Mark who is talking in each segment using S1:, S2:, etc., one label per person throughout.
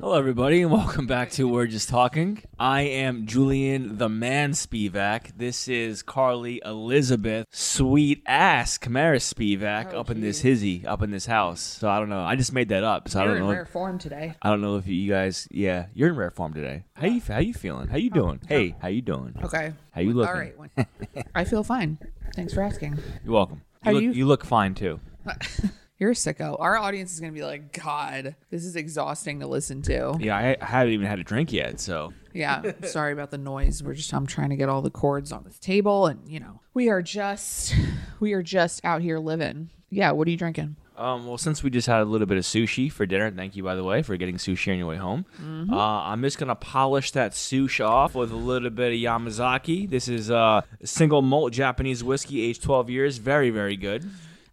S1: Hello, everybody, and welcome back to We're Just Talking. I am Julian the Man Spivak. This is Carly Elizabeth, sweet ass Kamara Spivak,
S2: Oh,
S1: up in this
S2: geez.
S1: hizzy, up in this house. So I don't know. I just made that up. So I
S2: You're
S1: don't
S2: in
S1: know.
S2: rare form today.
S1: I don't know if you guys. Yeah, you're in rare form today. How you? How you feeling? How you doing? Hey, how you doing?
S2: Oh, Okay.
S1: How you looking?
S2: All right. I feel fine. Thanks for asking.
S1: You're welcome.
S2: How
S1: You look,
S2: you-
S1: you look fine too.
S2: You're a sicko. Our audience is going to be like, God, this is exhausting to listen to.
S1: Yeah, I, I haven't even had a drink yet, so
S2: Yeah. Sorry about the noise. We're just, I'm trying to get all the cords on this table. And, you know, we are just, we are just out here living. Yeah. What are you drinking?
S1: Um, well, since we just had a little bit of sushi for dinner, thank you by the way for getting sushi on your way home.
S2: Mm-hmm.
S1: Uh, I'm just gonna polish that sushi off with a little bit of Yamazaki. This is uh, single malt Japanese whiskey, aged 12 years, very very good.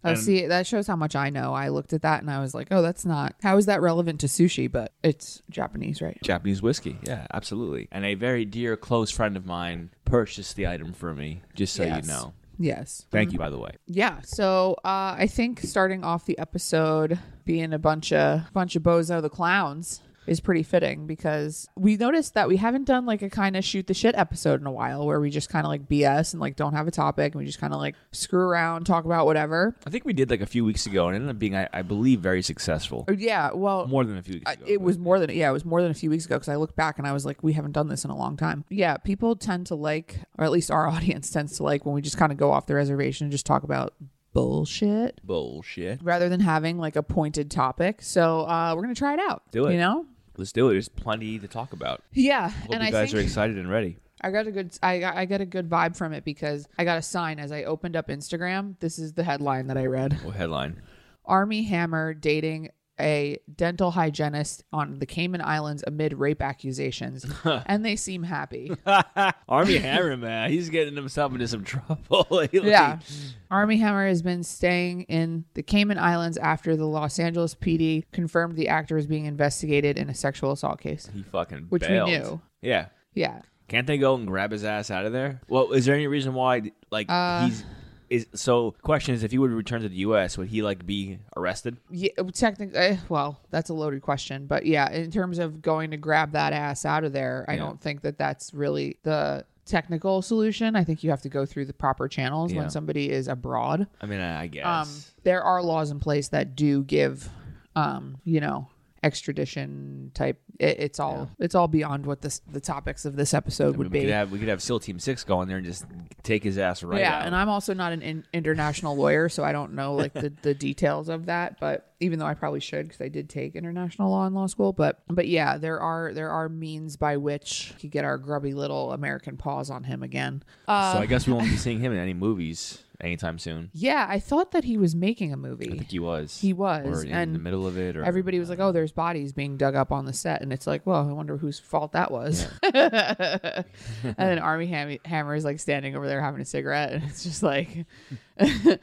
S2: Oh, see, that shows how much I know. I looked at that and I was like, oh, that's not, how is that relevant to sushi? But it's Japanese, right?
S1: Japanese whiskey, yeah, absolutely. And a very dear close friend of mine purchased the item for me, just so
S2: Yes.
S1: you know.
S2: Yes.
S1: Thank you by the way.
S2: Yeah, so uh, I think starting off the episode being a bunch of bunch of bozo the clowns is pretty fitting because we noticed that we haven't done like a kind of shoot the shit episode in a while where we just kind of like BS and like don't have a topic and we just kind of like screw around, talk about whatever.
S1: I think we did like a few weeks ago, and it ended up being, I, I believe, very successful.
S2: Or, Oh, yeah, well,
S1: More than a few weeks
S2: I-
S1: ago.
S2: it
S1: but-
S2: was more than yeah, it was more than a few weeks ago because I looked back and I was like, we haven't done this in a long time. Yeah, people tend to like, or at least our audience tends to like when we just kind of go off the reservation and just talk about bullshit.
S1: bullshit.
S2: rather than having like a pointed topic. So uh, we're gonna try it out.
S1: Do it.
S2: You know?
S1: Let's do it. There's plenty to talk about.
S2: Yeah.
S1: Hope
S2: and
S1: you
S2: I
S1: guys are
S2: think
S1: excited and ready.
S2: I got a good I got, I got a good vibe from it because I got a sign as I opened up Instagram. This is the headline that I read:
S1: What headline?
S2: Army Hammer dating a dental hygienist on the Cayman Islands amid rape accusations, and they seem happy.
S1: Army Hammer, man, he's getting himself into some trouble. lately.
S2: Yeah. Army Hammer has been staying in the Cayman Islands after the Los Angeles PD confirmed the actor is being investigated in a sexual assault case.
S1: he fucking
S2: Which we
S1: bailed.
S2: knew.
S1: Yeah,
S2: Yeah.
S1: can't they go and grab his ass out of there? Well, is there any reason why like
S2: Uh,
S1: he's is so? Question is, if he would return to the U.S., would he like be arrested?
S2: Yeah, technically, well, that's a loaded question, but yeah, in terms of going to grab that ass out of there, I
S1: Yeah.
S2: don't think that that's really the technical solution. I think you have to go through the proper channels
S1: Yeah.
S2: when somebody is abroad.
S1: I mean, I, I guess.
S2: Um, there are laws in place that do give, um, you know, extradition type. It, it's all it's all beyond what this, the topics of this episode
S1: we
S2: would
S1: could
S2: be.
S1: have we could have SEAL Team Six go in there and just take his ass right
S2: yeah,
S1: out.
S2: and I'm also not an in- international lawyer, so I don't know like the, the details of that. But even though I probably should, because I did take international law in law school. But but yeah, there are there are means by which we could get our grubby little American paws on him again. Uh,
S1: so I guess we won't be seeing him in any movies anytime soon.
S2: yeah, I thought that he was making a
S1: I
S2: movie.
S1: think he was.
S2: He was,
S1: or in
S2: and
S1: the middle of it, or
S2: Everybody was like, "Oh, there's bodies being dug up on the set," and it's like, "Well, I wonder whose fault that was." and then Army Ham- Hammer is like standing over there having a cigarette, and it's just like,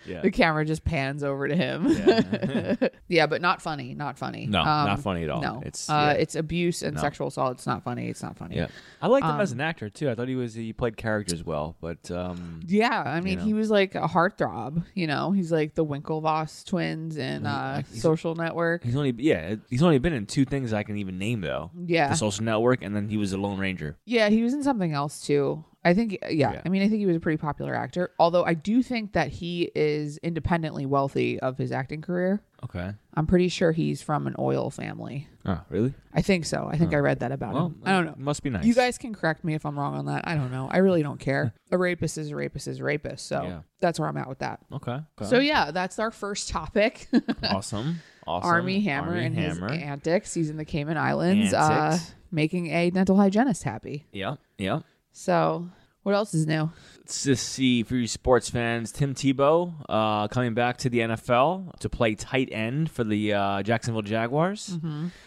S1: Yeah.
S2: the camera just pans over to him. Yeah, but not funny. Not funny.
S1: No, not funny at all.
S2: No,
S1: It's-
S2: it's uh,
S1: yeah.
S2: it's abuse and sexual assault. It's not funny. It's not funny.
S1: Yeah, I liked him as
S2: Um,
S1: an actor too. I thought he was he played characters well, but um,
S2: Yeah, I mean,
S1: know.
S2: he was like a heartthrob. You know, he's like the Winklevoss twins
S1: Mm-hmm.
S2: in uh, Social Network.
S1: he's only yeah he's only been in two things I can even name though.
S2: Yeah.
S1: the Social Network, and then he was a Lone Ranger.
S2: Yeah, he was in something else too. I think, yeah,
S1: Yeah.
S2: I mean, I think he was a pretty popular actor. Although I do think that he is independently wealthy of his acting career.
S1: Okay.
S2: I'm pretty sure he's from an oil family.
S1: Oh, really?
S2: I think so. I think I read that about him. I don't know.
S1: Must be nice.
S2: You guys can correct me if I'm wrong on that. I don't know. I really don't care. a rapist is a rapist is a rapist. So
S1: Yeah.
S2: that's where I'm at with that.
S1: Okay. okay.
S2: So yeah, that's our first topic.
S1: awesome. Awesome.
S2: Army Hammer
S1: Army
S2: and
S1: Hammer.
S2: his antics. He's in the Cayman Islands, uh,
S1: Antics.
S2: making a dental hygienist happy.
S1: yeah. Yeah.
S2: So what else is new?
S1: Let's just see for you sports fans. Tim Tebow uh, coming back to the NFL to play tight end for the uh, Jacksonville Jaguars,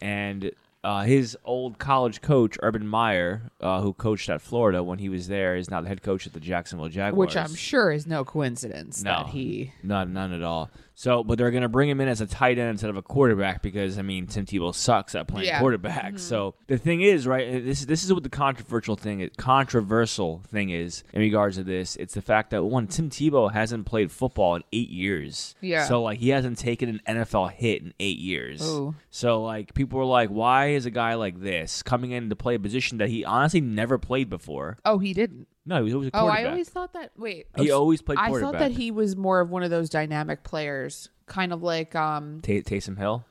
S1: and uh, his old college coach Urban Meyer, uh, who coached at Florida when he was there, is now the head coach at the Jacksonville Jaguars.
S2: Which I'm sure is no coincidence
S1: No.
S2: that he.
S1: None, none at all. So, but they're going to bring him in as a tight end instead of a quarterback because I mean Tim Tebow sucks at playing
S2: Yeah. Mm-hmm.
S1: quarterback. So the thing is, right? eh, This this is what the controversial thing controversial thing is in regards to this. It's the fact that one Tim Tebow hasn't played football in eight years.
S2: Yeah.
S1: So like he hasn't taken an NFL hit in eight years.
S2: Ooh.
S1: So like people were like, why is a guy like this coming in to play a position that he honestly never played before?
S2: Oh, he didn't.
S1: No, he was always a
S2: Oh,
S1: quarterback.
S2: I always thought that. Wait,
S1: he always played
S2: I
S1: quarterback.
S2: thought that he was more of one of those dynamic players, kind of like um.
S1: Ta- Taysom Hill.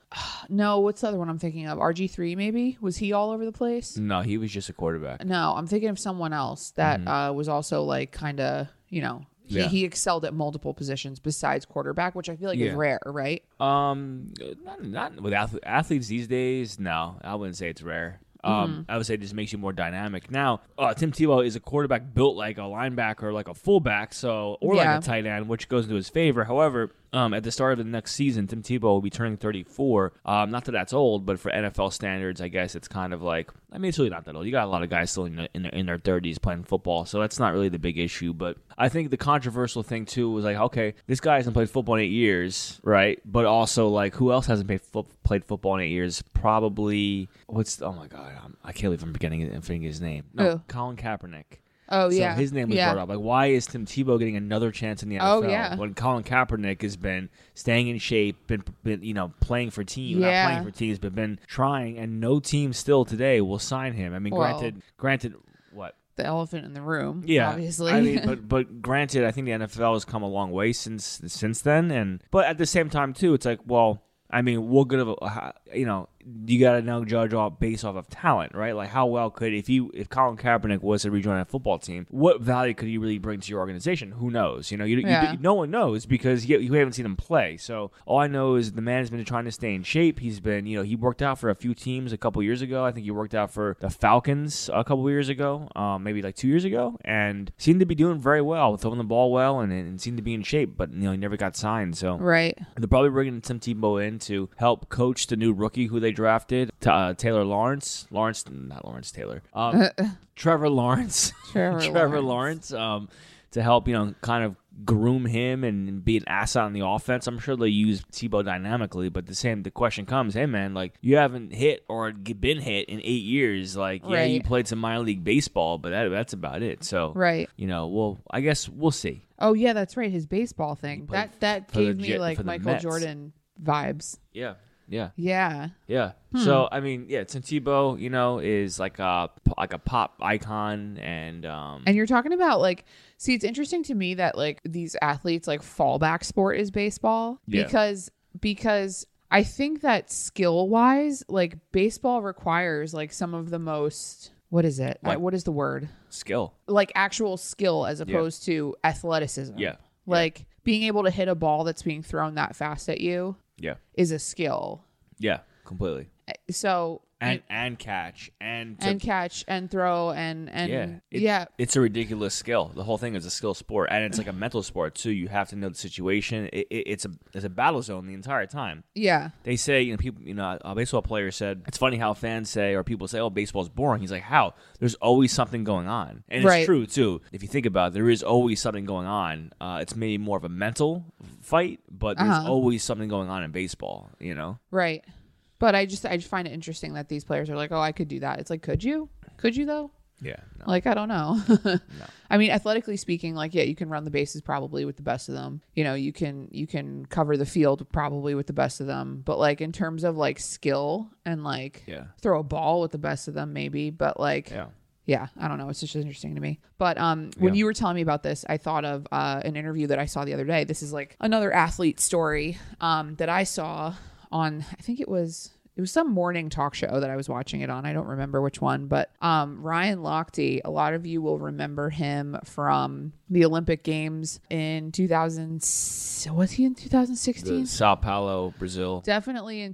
S2: No, what's the other one I'm thinking of? RG three maybe was he all over the place?
S1: No, he was just a quarterback.
S2: No, I'm thinking of someone else that uh, was also like kind of you know he,
S1: Mm-hmm. Yeah.
S2: he excelled at multiple positions besides quarterback, which I feel like
S1: Yeah.
S2: is rare, right?
S1: Um, not, not with ath- athletes these days. No, I wouldn't say it's rare. Um, I would say it just makes you more dynamic. Now, uh, Tim Tebow is a quarterback built like a linebacker, or like a fullback, so or
S2: Yeah.
S1: like a tight end, which goes into his favor. However, um, at the start of the next season, Tim Tebow will be turning 34. Um, not that that's old, but for NFL standards, I guess it's kind of like I mean, it's really not that old. You got a lot of guys still in their, in their, in their 30s playing football, so that's not really the big issue. But I think the controversial thing too was like, okay, this guy hasn't played football in eight years, right? But also like, who else hasn't played, fo- played football in eight years? Probably what's oh my god, I'm, I can't believe I'm forgetting, I'm forgetting his name. No,
S2: Who?
S1: Colin Kaepernick.
S2: Oh
S1: So
S2: yeah,
S1: his name was
S2: yeah.
S1: brought up. Like, why is Tim Tebow getting another chance in the NFL
S2: Oh, yeah.
S1: when Colin Kaepernick has been staying in shape, been, been you know playing for teams,
S2: Yeah.
S1: not playing for teams, but been trying, and no team still today will sign him. I mean,
S2: Well-
S1: granted, granted, what?
S2: The elephant in the room,
S1: Yeah,
S2: obviously.
S1: I mean, but but granted, I think the NFL has come a long way since since then, and but at the same time too, it's like, well, I mean, what good of a how- you know you got to now judge off based off of talent, right? Like how well could if you if Colin Kaepernick was to rejoin a football team, what value could he really bring to your organization? Who knows? You know, you, you-
S2: Yeah.
S1: no one knows because you, you haven't seen him play. So all I know is the man has been trying to stay in shape. He's been, you know, he worked out for a few teams a couple years ago. I think he worked out for the Falcons a couple years ago, um, maybe like two years ago, and seemed to be doing very well, throwing the ball well, and, and seemed to be in shape. But you know, he never got signed. So
S2: right.
S1: they're probably bringing Tim Tebow in to help coach the new rookie who they drafted, t- uh, Taylor Lawrence. Lawrence, not Lawrence Taylor. Um, Trevor Lawrence.
S2: Trevor
S1: Lawrence. um, to help, you know, kind of groom him and be an asset on the offense. I'm sure they use Tebow dynamically, but the same, the question comes, hey, man, like, you haven't hit or g- been hit in eight years. Like, yeah, you
S2: Right.
S1: played some minor league baseball, but that, that's about it. So,
S2: Right.
S1: you know, well, I guess we'll see.
S2: Oh yeah, that's right. His baseball thing.
S1: played
S2: That that
S1: for the
S2: gave me
S1: Jet- for
S2: like
S1: the
S2: Michael
S1: Mets.
S2: Jordan vibes.
S1: Yeah. Yeah.
S2: Yeah.
S1: Yeah.
S2: Hmm.
S1: So I mean, yeah, Tim Tebow, you know, is like a like a pop icon, and um,
S2: And you're talking about like, see, it's interesting to me that like these athletes like fallback sport is baseball
S1: Yeah.
S2: because because I think that skill wise, like baseball requires like some of the most what is it? I-
S1: Like-
S2: what is the word?
S1: skill.
S2: Like actual skill as opposed to athleticism.
S1: Yeah.
S2: Like being able to hit a ball that's being thrown that fast at you
S1: Yeah.
S2: is a skill.
S1: Yeah. Completely.
S2: So
S1: And and catch and to-
S2: and catch and throw and and
S1: yeah It-
S2: yeah
S1: It's a ridiculous skill. The whole thing is a skill sport, and it's like a mental sport too. You have to know the situation. It, it, it's a it's a battle zone the entire time.
S2: yeah
S1: They say, you know, people, you know, a baseball player said, it's funny how fans say, or people say, oh, baseball's boring. He's like, how? There's always something going on. And
S2: Right.
S1: it's true, too. If you think about it, there is always something going on. Uh, it's maybe more of a mental fight, but there's
S2: Uh-huh.
S1: always something going on in baseball, you know?
S2: Right. But I just I just find it interesting that these players are like, "Oh, I could do that." It's like, "Could you? Could you though?"
S1: Yeah. No.
S2: Like, I don't know. I mean, athletically speaking, like yeah, you can run the bases probably with the best of them. You know, you can you can cover the field probably with the best of them. But like in terms of like skill and like
S1: Yeah.
S2: throw a ball with the best of them maybe, but like
S1: Yeah.
S2: yeah, I don't know. It's just interesting to me. But um, when
S1: Yeah.
S2: you were telling me about this, I thought of uh, an interview that I saw the other day. This is like another athlete story um, that I saw on. I think it was it was some morning talk show that I was watching it on. I don't remember which one, but um, Ryan Lochte. A lot of you will remember him from the Olympic Games in 2000. Was he in 2016?
S1: The Sao Paulo, Brazil,
S2: Definitely in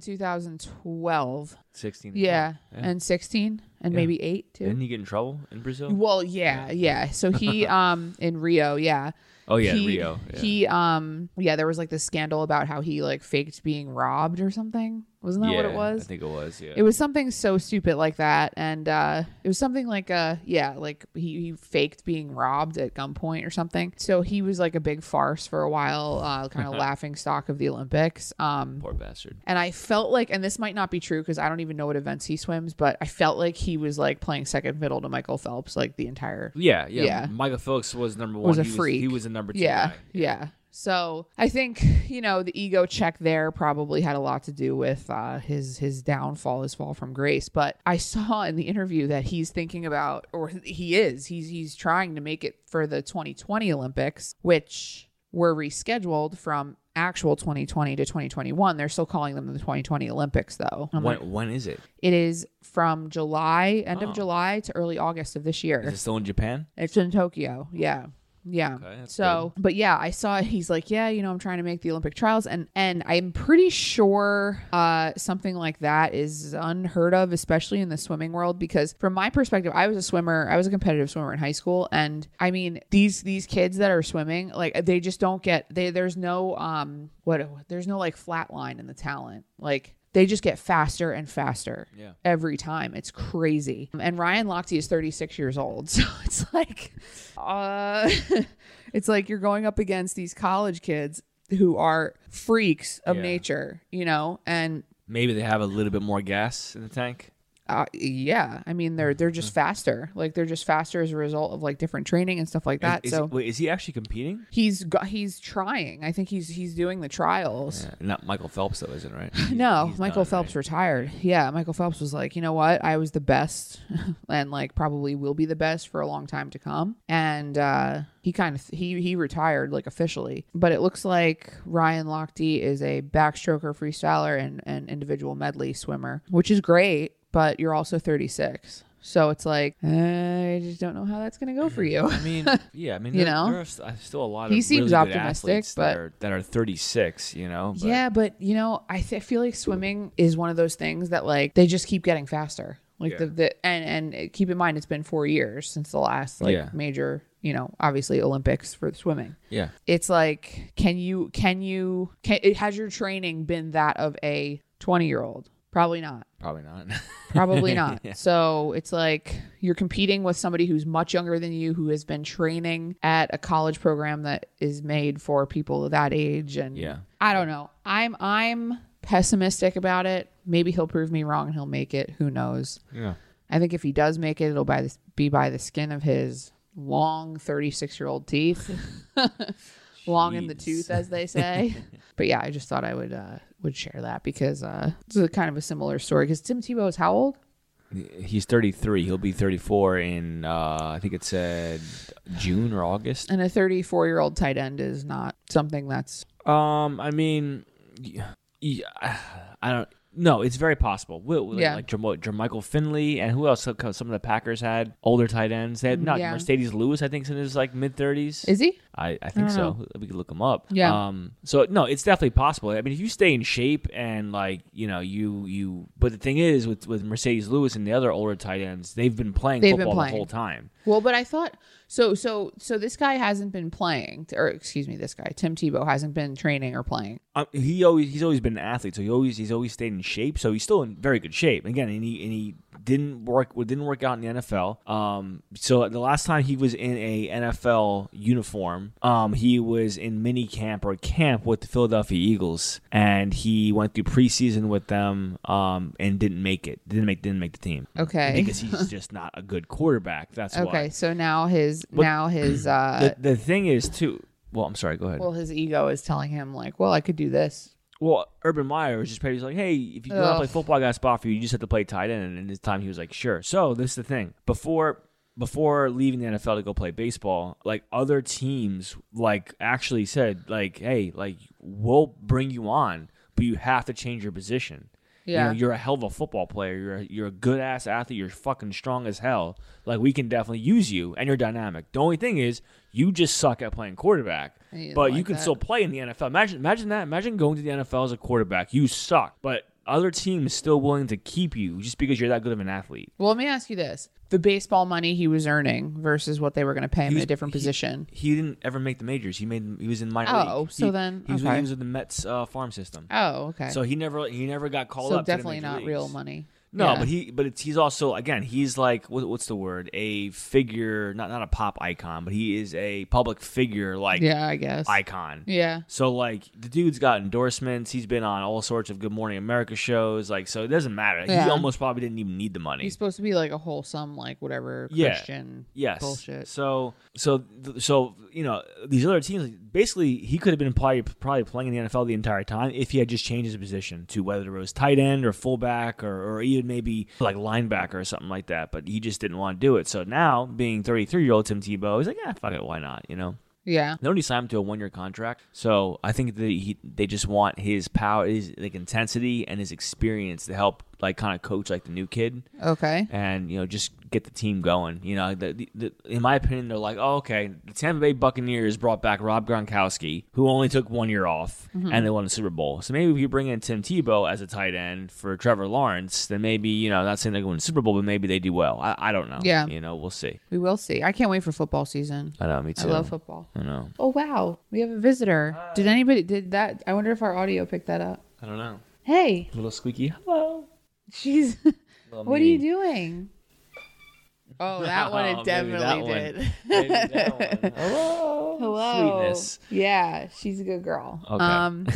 S2: 2012.
S1: 16.
S2: Yeah, and 16, and maybe eight too.
S1: Didn't he get in trouble in Brazil?
S2: Well, yeah, yeah. So he um in Rio, yeah.
S1: Oh, yeah, in
S2: he,
S1: Rio. Yeah.
S2: He um yeah, there was like this scandal about how he like faked being robbed or something. Wasn't that
S1: yeah,
S2: what it was?
S1: I think it was. Yeah.
S2: It was something so stupid like that, and uh, it was something like uh, yeah, like he, he faked being robbed at gunpoint or something. So he was like a big farce for a while, uh, kind of laughing stock of the Olympics. Um,
S1: Poor bastard.
S2: and I felt like, and this might not be true because I don't even know what events he swims, but I felt like he was like playing second fiddle to Michael Phelps like the entire
S1: Yeah, yeah.
S2: Yeah.
S1: Michael Phelps was number one.
S2: Was a
S1: he
S2: freak.
S1: Was, he was the number two
S2: yeah,
S1: guy.
S2: yeah. So I think you know the ego check there probably had a lot to do with uh, his his downfall, his fall from grace. But I saw in the interview that he's thinking about, or he is, he's he's trying to make it for the 2020 Olympics, which were rescheduled from actual 2020 to 2021. They're still calling them the 2020 Olympics, though. I'm
S1: When,
S2: like,
S1: when is it?
S2: it is from July, end
S1: Oh.
S2: of July to early August of this year.
S1: Is it still in Japan?
S2: It's in Tokyo. Yeah. Yeah.
S1: Okay, that's
S2: so, but yeah, I saw he's like, yeah, you know, I'm trying to make the Olympic trials and and I'm pretty sure uh something like that is unheard of especially in the swimming world because from my perspective, I was a swimmer, I was a competitive swimmer in high school and I mean, these these kids that are swimming, like they just don't get they there's no um what there's no like flat line in the talent. Like they just get faster and faster
S1: Yeah.
S2: every time. It's crazy. And Ryan Lochte is 36 years old. So it's like uh it's like you're going up against these college kids who are freaks of
S1: Yeah.
S2: nature, you know, and
S1: Maybe they have a little bit more gas in the tank.
S2: uh, yeah, I mean they're they're
S1: Mm-hmm.
S2: just faster. Like they're just faster as a result of like different training and stuff like that.
S1: Is, is
S2: so
S1: he, wait, is he actually competing?
S2: he's got, he's trying. I think he's he's doing the trials.
S1: Yeah, not Michael Phelps though, isn't it, right? He's-
S2: No,
S1: he's
S2: Michael
S1: done,
S2: Phelps
S1: right?
S2: retired. Yeah, Michael Phelps was like, you know what? I was the best, and like probably will be the best for a long time to come. And uh, he kind of he he retired like officially, but it looks like Ryan Lochte is a backstroker freestyler and and individual medley swimmer, which is great. But you're also 36, so it's like "Uh, I just don't know how that's gonna go for you.
S1: I mean, yeah. I mean,
S2: You
S1: there,
S2: know?
S1: there are st- still a lot
S2: He
S1: of
S2: seems
S1: really good
S2: optimistic,
S1: athletes
S2: but-
S1: that are, that are 36. You know, but
S2: Yeah, but you know, I, th- I feel like swimming is one of those things that like they just keep getting faster. Like
S1: Yeah.
S2: the, the and and keep in mind it's been four years since the last like
S1: Yeah.
S2: major you know obviously Olympics for swimming.
S1: yeah,
S2: It's like can you can you can it has your training been that of a twenty year old? Probably not.
S1: probably not.
S2: Probably not. So it's like you're competing with somebody who's much younger than you, who has been training at a college program that is made for people that age. And
S1: Yeah.
S2: I don't know. I'm I'm pessimistic about it. Maybe he'll prove me wrong and he'll make it. Who knows?
S1: yeah,
S2: I think if he does make it, it'll by the, be by the skin of his long 36 year old teeth, long in the
S1: Jeez.
S2: tooth, as they say. but yeah, I just thought I would uh, would share that because uh, it's a kind of a similar story. Because Tim Tebow is how old?
S1: he's 33. He'll be 34 in uh, I think it said June or August.
S2: and a 34 year old tight end is not something that's
S1: Um, I mean, y- y- I don't. No, it's very possible. Will will-
S2: Yeah.
S1: like Jermo- Jermichael Finley and who else? Some of the Packers had older tight ends. They had not
S2: Mm, Yeah.
S1: Mercedes Lewis. I think's in his like mid thirties.
S2: is he
S1: I, I think
S2: I
S1: so.
S2: don't
S1: We could look them up.
S2: Yeah.
S1: Um. So no, it's definitely possible. I mean, if you stay in shape and like you know you you. But the thing is, with with Mercedes Lewis and the other older tight ends, they've been playing
S2: They've been
S1: football
S2: playing.
S1: the whole time.
S2: well but i thought so so so this guy hasn't been playing or excuse me this guy tim tebow hasn't been training or playing
S1: Um, he always he's always been an athlete, so he always he's always stayed in shape. So he's still in very good shape. Again, and he and he didn't work well, didn't work out in the NFL. Um, so the last time he was in a NFL uniform, um, he was in mini camp or camp with the Philadelphia Eagles, and he went through preseason with them, um, and didn't make it. Didn't make didn't make the team.
S2: Okay.
S1: because he's just not a good quarterback. That's
S2: okay
S1: why.
S2: so now his now his uh
S1: The, the thing is too. Well, I'm sorry. Go ahead.
S2: well his ego is telling him like well i could do this
S1: Well, Urban Meyer was just pretty he's like, hey, if you want to
S2: Ugh.
S1: play football, I got a spot for you. You just have to play tight end. And this time he was like, sure. So this is the thing. Before before leaving the NFL to go play baseball, like other teams like actually said, like, hey, like we'll bring you on, but you have to change your position. You
S2: Yeah.
S1: know, you're a hell of a football player. You're a, you're a good ass athlete. You're fucking strong as hell. Like we can definitely use you, and you're dynamic. The only thing is, you just suck at playing quarterback.
S2: I didn't
S1: But you
S2: like
S1: can
S2: that.
S1: still play in the NFL. Imagine, imagine that. Imagine going to the NFL as a quarterback. You suck, but other teams still willing to keep you just because you're that good of an athlete.
S2: Well, let me ask you this: the baseball money he was earning versus what they were going to pay him in a
S1: was-
S2: different position.
S1: He didn't ever make the majors. He made he was in minor
S2: Oh,
S1: league.
S2: so
S1: He-
S2: then-
S1: he was,
S2: okay.
S1: he was with the Mets uh, farm system.
S2: Oh, okay.
S1: So he never he never got called
S2: So
S1: up. to the
S2: definitely
S1: major
S2: not
S1: leagues.
S2: real money.
S1: No,
S2: Yeah.
S1: but he but it's, he's also again he's like what, what's the word a figure not not a pop icon but he is a public figure like
S2: yeah, I guess.
S1: icon.
S2: yeah.
S1: So like the dude's got endorsements. He's been on all sorts of Good Morning America shows. Like so it doesn't matter.
S2: Yeah.
S1: He almost probably didn't even need the money.
S2: He's supposed to be like a wholesome, like whatever
S1: Yeah.
S2: Christian
S1: yes.
S2: bullshit.
S1: So so th- so you know these other teams like, basically he could have been probably probably playing in the NFL the entire time if he had just changed his position to whether it was tight end or fullback or or even maybe like linebacker or something like that. But he just didn't want to do it. So now being 33 year old Tim Tebow, he's like yeah fuck it why not you know.
S2: Yeah.
S1: They only signed him to a one-year contract, so I think that he, they just want his power, his like intensity, and his experience to help like kind of coach like the new kid,
S2: Okay.
S1: and you know just get the team going. You know, the, the, the, in my opinion, they're like, oh, okay, the Tampa Bay Buccaneers brought back Rob Gronkowski, who only took one year off,
S2: Mm-hmm.
S1: and they won the Super Bowl. So maybe if you bring in Tim Tebow as a tight end for Trevor Lawrence, then maybe you know, not saying they're going to the Super Bowl, but maybe they do well. I, I don't know.
S2: Yeah.
S1: you know, we'll see.
S2: We will see. I can't wait for football season.
S1: I know, me too.
S2: I love football.
S1: I know.
S2: Oh wow, we have a visitor. did anybody did that? I wonder if our audio picked that up.
S1: I don't know.
S2: Hey,
S1: A little squeaky. Hello.
S2: she's.
S1: Little
S2: what are you
S1: meanie.
S2: doing? Oh, that one
S1: Oh,
S2: it
S1: maybe
S2: definitely
S1: that
S2: did.
S1: one. Maybe that one. Hello.
S2: Hello.
S1: Sweetness.
S2: Yeah, she's a good girl.
S1: Okay.
S2: Um,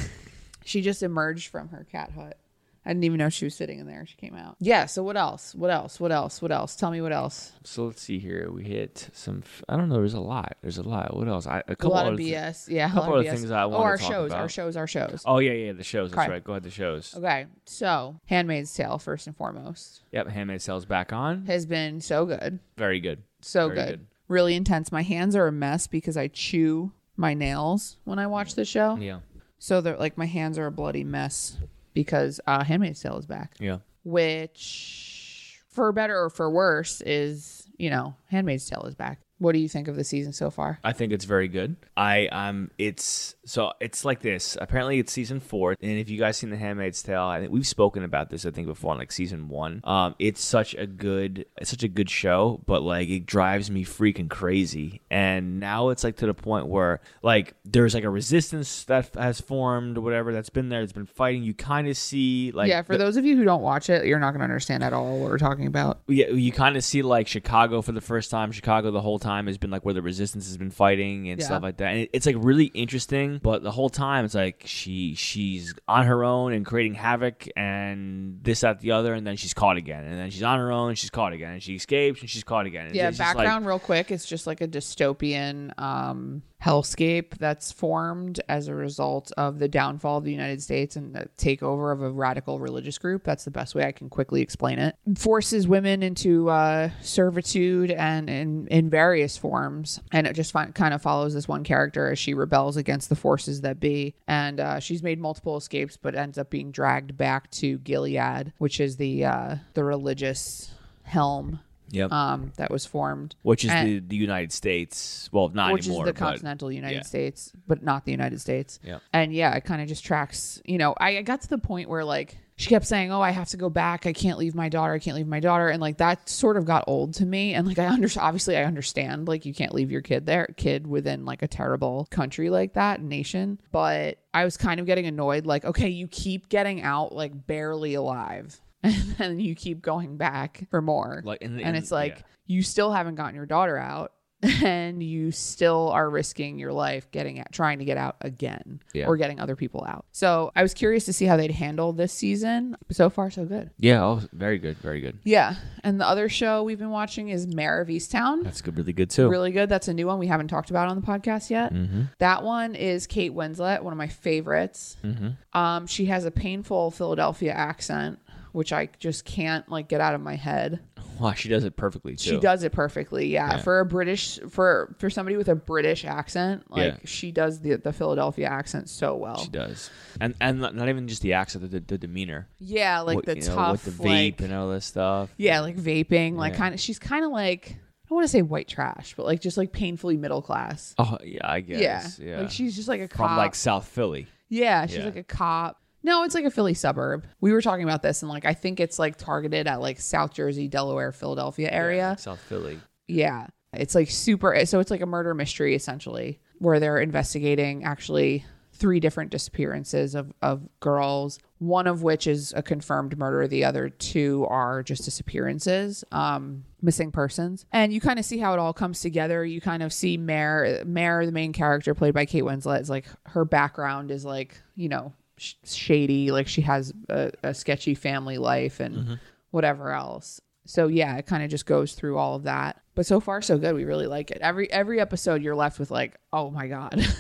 S2: she just emerged from her cat hut. I didn't even know she was sitting in there. She came out. Yeah. So what else? What else? What else? What else? Tell me what else.
S1: So let's see here. We hit some. f- I don't know. There's a lot. There's a lot. What else? I, a
S2: A
S1: couple
S2: lot
S1: other
S2: of
S1: thi-
S2: BS. yeah. A lot
S1: couple
S2: of
S1: other
S2: BS.
S1: things I
S2: Oh,
S1: wanna
S2: our
S1: talk
S2: shows. Our
S1: about.
S2: shows. Our shows.
S1: Oh yeah, yeah. The shows. That's
S2: Okay.
S1: right. Go ahead. The shows.
S2: Okay. So, Handmaid's Tale, first and foremost,
S1: Yep. Handmaid's Tale's back on.
S2: has been so good.
S1: Very good.
S2: So
S1: Very
S2: good.
S1: good.
S2: Really intense. My hands are a mess because I chew my nails when I watch the show.
S1: Yeah.
S2: So they're like my hands are a bloody mess because uh Handmaid's Tale is back.
S1: Yeah.
S2: Which for better or for worse is, you know, Handmaid's Tale is back. What do you think of the season so far?
S1: I think it's very good. I um, it's so it's like this. Apparently, it's season four, and if you guys seen The Handmaid's Tale, I think we've spoken about this. I think before, on like season one. Um, it's such a good, it's such a good show, but like it drives me freaking crazy. And now it's like to the point where like there's like a resistance that has formed, or whatever that's been there, it's been fighting. You kind of see like
S2: yeah, for those of you who don't watch it, you're not going to understand at all what we're talking about.
S1: yeah, you kind of see like Chicago for the first time. Chicago the whole time has been like where the resistance has been fighting and
S2: Yeah.
S1: stuff like that. And it- it's like really interesting, but the whole time it's like she she's on her own and creating havoc and this that the other, and then she's caught again, and then she's on her own, and she's caught again, and she escapes and she's caught again. It's-
S2: Yeah,
S1: it's just, like-
S2: background real quick. It's just like a dystopian um, hellscape that's formed as a result of the downfall of the United States and the takeover of a radical religious group. That's the best way I can quickly explain it. Forces women into uh, servitude and in, in various forms. And it just fin- kind of follows this one character as she rebels against the forces that be. And uh, she's made multiple escapes, but ends up being dragged back to Gilead, which is the uh, the religious helm
S1: Yep.
S2: um, that was formed,
S1: which is
S2: and-
S1: the, the United States. Well, not
S2: which
S1: anymore.
S2: is the
S1: but-
S2: continental United
S1: yeah.
S2: States, but not the United States.
S1: Yeah.
S2: And yeah, it kind of just tracks. You know, I, I got to the point where like she kept saying, "Oh, I have to go back. I can't leave my daughter. I can't leave my daughter." And like that sort of got old to me. And like I under obviously I understand like you can't leave your kid there, kid within like a terrible country like that nation, but. I was kind of getting annoyed, like, okay, you keep getting out like barely alive, and then you keep going back for more
S1: like, and,
S2: and it's like you still haven't gotten your daughter out and you still are risking your life getting out trying to get out again
S1: Yeah.
S2: or getting other people out so i was curious to see how they'd handle this season so far so good
S1: yeah, yeah oh, very good, very good.
S2: yeah and the other show we've been watching is mayor of easttown
S1: That's good, really good too.
S2: really good that's a new one we haven't talked about on the podcast yet
S1: Mhm.
S2: that one is kate winslet one of my favorites
S1: Mhm.
S2: um, she has a painful philadelphia accent which i just can't like get out of my head
S1: Wow, she does it perfectly too.
S2: she does it perfectly
S1: Yeah.
S2: yeah. for a british for for somebody with a british accent like
S1: Yeah.
S2: she does the the philadelphia accent so well
S1: She does, and and not not even just the accent, the, the demeanor,
S2: yeah like
S1: What-
S2: the
S1: you know,
S2: tough
S1: with the vape
S2: like,
S1: and all this stuff.
S2: yeah like vaping like
S1: Yeah.
S2: kind of she's kind of like i don't want to say white trash but like just like painfully middle class
S1: Oh yeah, I guess. Yeah,
S2: yeah like she's just like a cop
S1: from like South Philly.
S2: yeah she's
S1: yeah.
S2: like a cop No, it's like a Philly suburb. We were talking about this, and like I think it's like targeted at like South Jersey, Delaware, Philadelphia area.
S1: South Philly.
S2: Yeah. It's like super eh, so it's like a murder mystery essentially where they're investigating actually three different disappearances of of girls, one of which is a confirmed murder, the other two are just disappearances, um missing persons. And you kind of see how it all comes together. You kind of see Mare Mare the main character played by Kate Winslet is like her background is like, you know, sh- shady, like she has a, a sketchy family life and whatever else. So yeah, it kind of just goes through all of that. But so far so good. We really like it. Every every episode you're left with like, "Oh my god."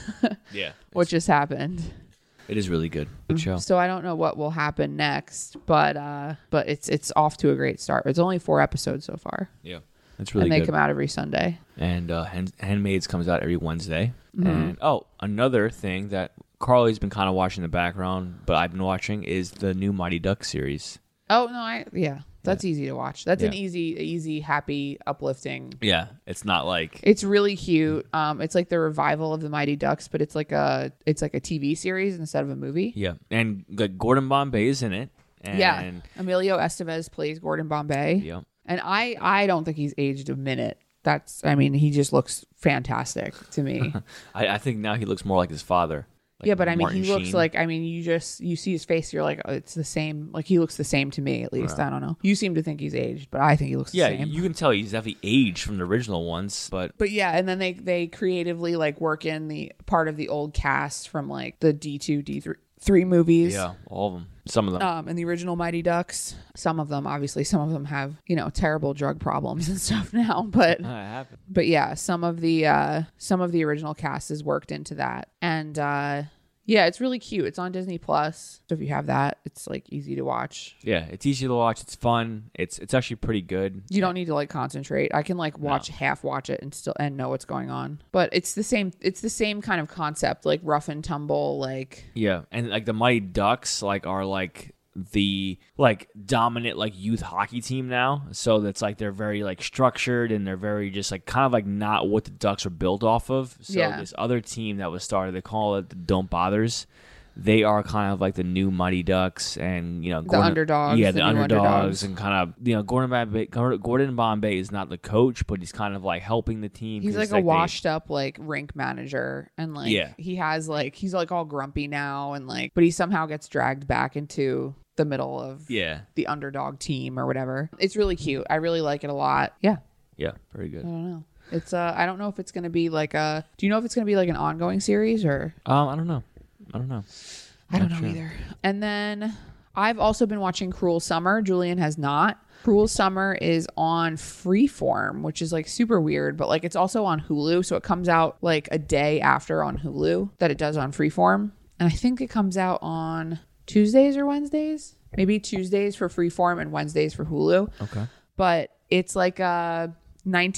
S1: Yeah.
S2: what just happened.
S1: It is really good. Good show.
S2: So I don't know what will happen next, but uh but it's it's off to a great start. It's only 4 episodes so far.
S1: Yeah. It's really
S2: and they
S1: good.
S2: come out every Sunday.
S1: and uh, Hand- Handmaids comes out every Wednesday.
S2: Mm-hmm.
S1: And oh, another thing that Carly's been kind of watching in the background, but I've been watching is the new Mighty Duck series.
S2: Oh, no, I yeah. That's easy to watch. That's an
S1: Yeah.
S2: easy easy happy uplifting.
S1: Yeah, it's not like
S2: It's really cute. Um it's like the revival of the Mighty Ducks, but it's like a it's like a TV series instead of a movie.
S1: yeah, and like Gordon Bombay is in it. And,
S2: Yeah. Emilio Estevez plays Gordon Bombay.
S1: Yep.
S2: And I I don't think he's aged a minute. That's I mean, he just looks fantastic to me.
S1: I, I think now he looks more like his father. like
S2: yeah, but I mean,
S1: Martin
S2: he looks
S1: Sheen.
S2: like I mean, you just you see his face, you're like, oh, it's the same. Like he looks the same to me, at least. I don't know. You seem to think he's aged, but I think he looks
S1: yeah,
S2: the same.
S1: you can tell he's definitely aged from the original ones, but
S2: but yeah, and then they they creatively like work in the part of the old cast from like the D two D three three movies.
S1: yeah, all of them, some of them.
S2: Um, and the original Mighty Ducks. Some of them, obviously, some of them have you know terrible drug problems and stuff now. But
S1: Ah, it happened.
S2: but yeah some of the uh some of the original cast is worked into that and uh yeah it's really cute it's on disney plus so if you have that it's like easy to watch
S1: Yeah, it's easy to watch. It's fun. It's it's actually pretty good.
S2: you don't need to like concentrate i can like watch half watch it and still and know what's going on but it's the same it's the same kind of concept like rough and tumble like
S1: Yeah, and like the Mighty Ducks, like are like the like dominant like youth hockey team now. So that's like they're very like structured and they're very just like kind of like not what the Ducks are built off of. So
S2: Yeah.
S1: this other team that was started, they call it the Don't Bothers. They are kind of like the new Mighty Ducks, and you know
S2: underdogs,
S1: Yeah, the,
S2: the new
S1: underdogs,
S2: underdogs.
S1: and kind of you know Gordon Bombay, Gordon Bombay is not the coach, but he's kind of like helping the team.
S2: he's
S1: 'cause,
S2: like a
S1: they-
S2: washed up like rink manager and like
S1: Yeah.
S2: he has like he's like all grumpy now and like but he somehow gets dragged back into the middle of
S1: Yeah,
S2: the underdog team or whatever. It's really cute. I really like it a lot. Yeah.
S1: yeah, very
S2: I
S1: good.
S2: don't know. It's uh I don't know if it's gonna be like a do you know if it's gonna be like an ongoing series or
S1: Um, I don't know, I don't know.
S2: I don't know either. And then I've also been watching Cruel Summer. Julian has not. Cruel Summer is on Freeform, which is like super weird, but like it's also on Hulu, so it comes out like a day after on Hulu that it does on Freeform. And I think it comes out on Tuesdays or Wednesdays. Maybe Tuesdays for Freeform and Wednesdays for Hulu
S1: Okay.
S2: but it's like a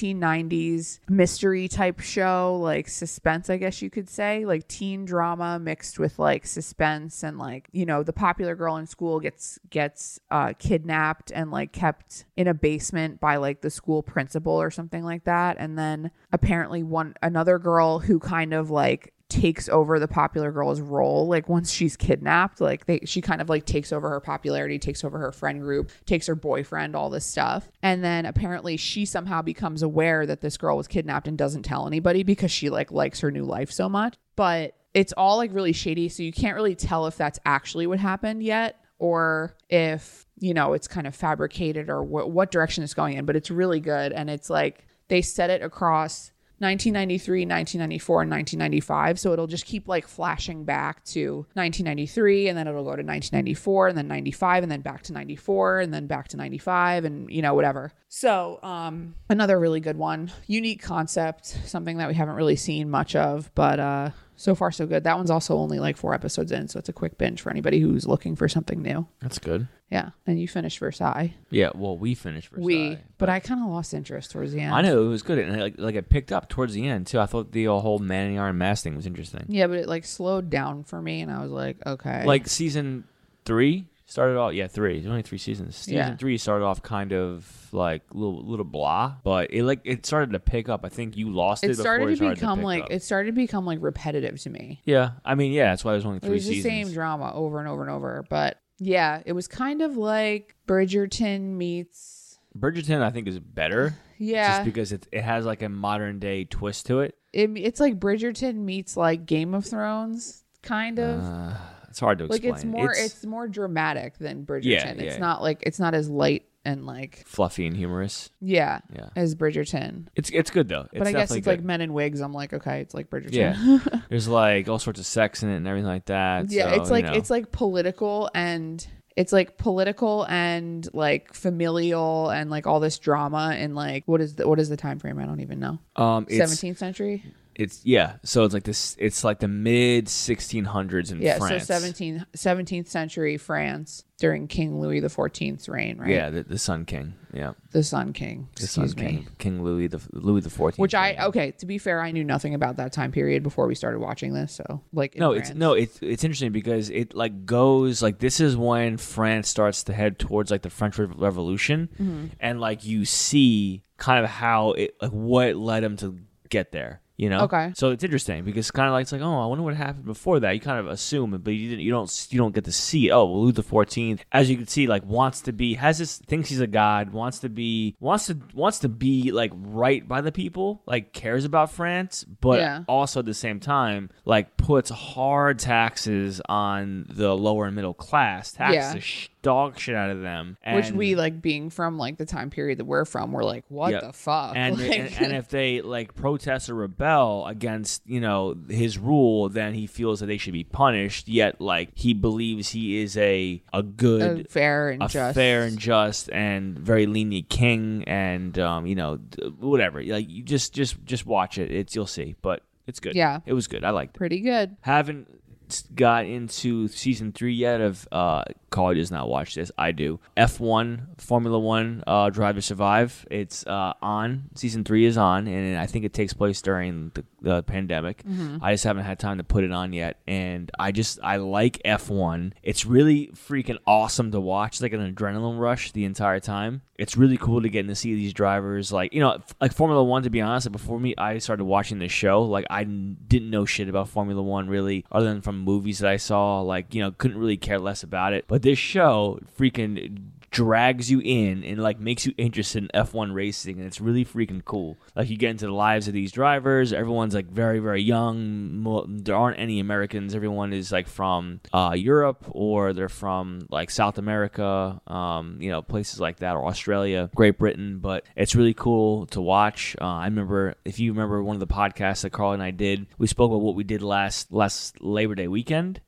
S2: 1990s mystery type show, like suspense, I guess you could say, like teen drama mixed with like suspense and like, you know, the popular girl in school gets gets uh kidnapped and like kept in a basement by like the school principal or something like that and then apparently one another girl who kind of like takes over the popular girl's role like once she's kidnapped like they she kind of like takes over her popularity takes over her friend group takes her boyfriend all this stuff and then apparently she somehow becomes aware that this girl was kidnapped and doesn't tell anybody because she like likes her new life so much but it's all like really shady so you can't really tell if that's actually what happened yet or if you know it's kind of fabricated or wh- what direction it's going in but it's really good and it's like they set it across 1993, 1994, and 1995. So it'll just keep like flashing back to 1993, and then it'll go to 1994, and then 95, and then back to 94, and then back to 95, and you know, whatever. So, um, another really good one. Unique concept, something that we haven't really seen much of, but uh, so far so good. That one's also only like four episodes in, so it's a quick binge for anybody who's looking for something new.
S1: That's good.
S2: Yeah. And you finished Versailles.
S1: Yeah, well, we finished Versailles.
S2: We, but I kind of lost interest towards the end.
S1: I know it was good, and like like it picked up towards the end too. I thought the whole man in the iron mask thing was interesting.
S2: Yeah, but it like slowed down for me, and I was like, okay.
S1: Like season three, Started off, yeah, three. There's only three seasons. Season
S2: Yeah.
S1: three started off kind of like little little blah, but it like it started to pick up. I think you lost it.
S2: It started
S1: before
S2: to
S1: it started
S2: become
S1: pick
S2: like
S1: up.
S2: it started to become like repetitive to me.
S1: yeah. I mean, yeah, that's why there's only
S2: It
S1: three
S2: was
S1: seasons.
S2: the same drama over and over and over. But yeah, it was kind of like Bridgerton meets
S1: Bridgerton, I think, is better
S2: yeah.
S1: just because it it has like a modern day twist to it.
S2: it, it's like Bridgerton meets like Game of Thrones, kind of.
S1: Uh, it's hard to
S2: like
S1: explain.
S2: it's more it's, more dramatic than Bridgerton.
S1: yeah.
S2: it's not like it's not as light and like
S1: fluffy and humorous.
S2: yeah,
S1: Yeah.
S2: as Bridgerton.
S1: It's it's good though. It's
S2: But I guess
S1: definitely
S2: it's
S1: good.
S2: like men in wigs. I'm like, okay, it's like Bridgerton.
S1: Yeah. There's like all sorts of sex in it and everything like that.
S2: Yeah,
S1: so,
S2: it's
S1: you
S2: like
S1: know.
S2: it's like political and it's like political and like familial and like all this drama and like what is the what is the time frame? I don't even know.
S1: um it's,
S2: Seventeenth century.
S1: it's yeah. So it's like this it's like the mid sixteen hundreds in
S2: Yeah,
S1: France.
S2: so 17th, 17th century France during King Louis the Fourteenth's reign, right?
S1: Yeah, the, the Sun King. Yeah.
S2: the Sun King.
S1: The Sun
S2: Excuse me.
S1: King. King Louis the Louis the Fourteenth.
S2: Which I okay. To be fair, I knew nothing about that time period before we started watching this. So like, in
S1: no, it's
S2: France.
S1: no, it's it's interesting because it like goes like this is when France starts to head towards like the French Rev- Revolution,
S2: Mm-hmm.
S1: and like you see kind of how it like what led him to get there. You know,
S2: Okay.
S1: So it's interesting because kind of like it's like oh I wonder what happened before that. You kind of assume it, but you didn't. You don't. s- You don't get to see. Oh, well, Louis the Fourteenth, as you can see, like wants to be has this thinks he's a god. Wants to be wants to wants to be like right by the people. Like cares about France, but
S2: Yeah.
S1: also at the same time like puts hard taxes on the lower and middle class. Taxes
S2: Yeah.
S1: the sh- dog shit out of them. And,
S2: Which we like being from like the time period that we're from. We're like, what
S1: Yeah.
S2: the fuck?
S1: and,
S2: Like-
S1: and and if they like protest or rebel against you know his rule, then he feels that they should be punished. Yet like he believes he is a a
S2: a
S1: good,
S2: fair and
S1: a,
S2: just
S1: fair and just and very lenient king, and um you know d- whatever. Like you just just just watch it. It's you'll see, but it's good.
S2: Yeah.
S1: it was good. I liked it.
S2: pretty good.
S1: Haven't s- got into season three yet of uh college does not watch this i do f1 formula one uh drive to survive it's uh on season three is on and i think it takes place during the, the pandemic i just haven't had time to put it on yet and i just i like f1 it's really freaking awesome to watch It's like an adrenaline rush the entire time it's really cool to get in to see these drivers like you know f- like formula one to be honest like, before me i started watching this show like i n- didn't know shit about formula one really other than from movies that i saw like you know couldn't really care less about it but this show freaking drags you in and like makes you interested in F1 racing and it's really freaking cool. Like you get into the lives of these drivers, everyone's like very very young. Mo- There aren't any Americans. Everyone is like from uh Europe or they're from like South America, um you know, places like that or Australia, Great Britain, but it's really cool to watch. Uh, I remember if you remember one of the podcasts that Carl and I did, we spoke about what we did last last Labor Day weekend.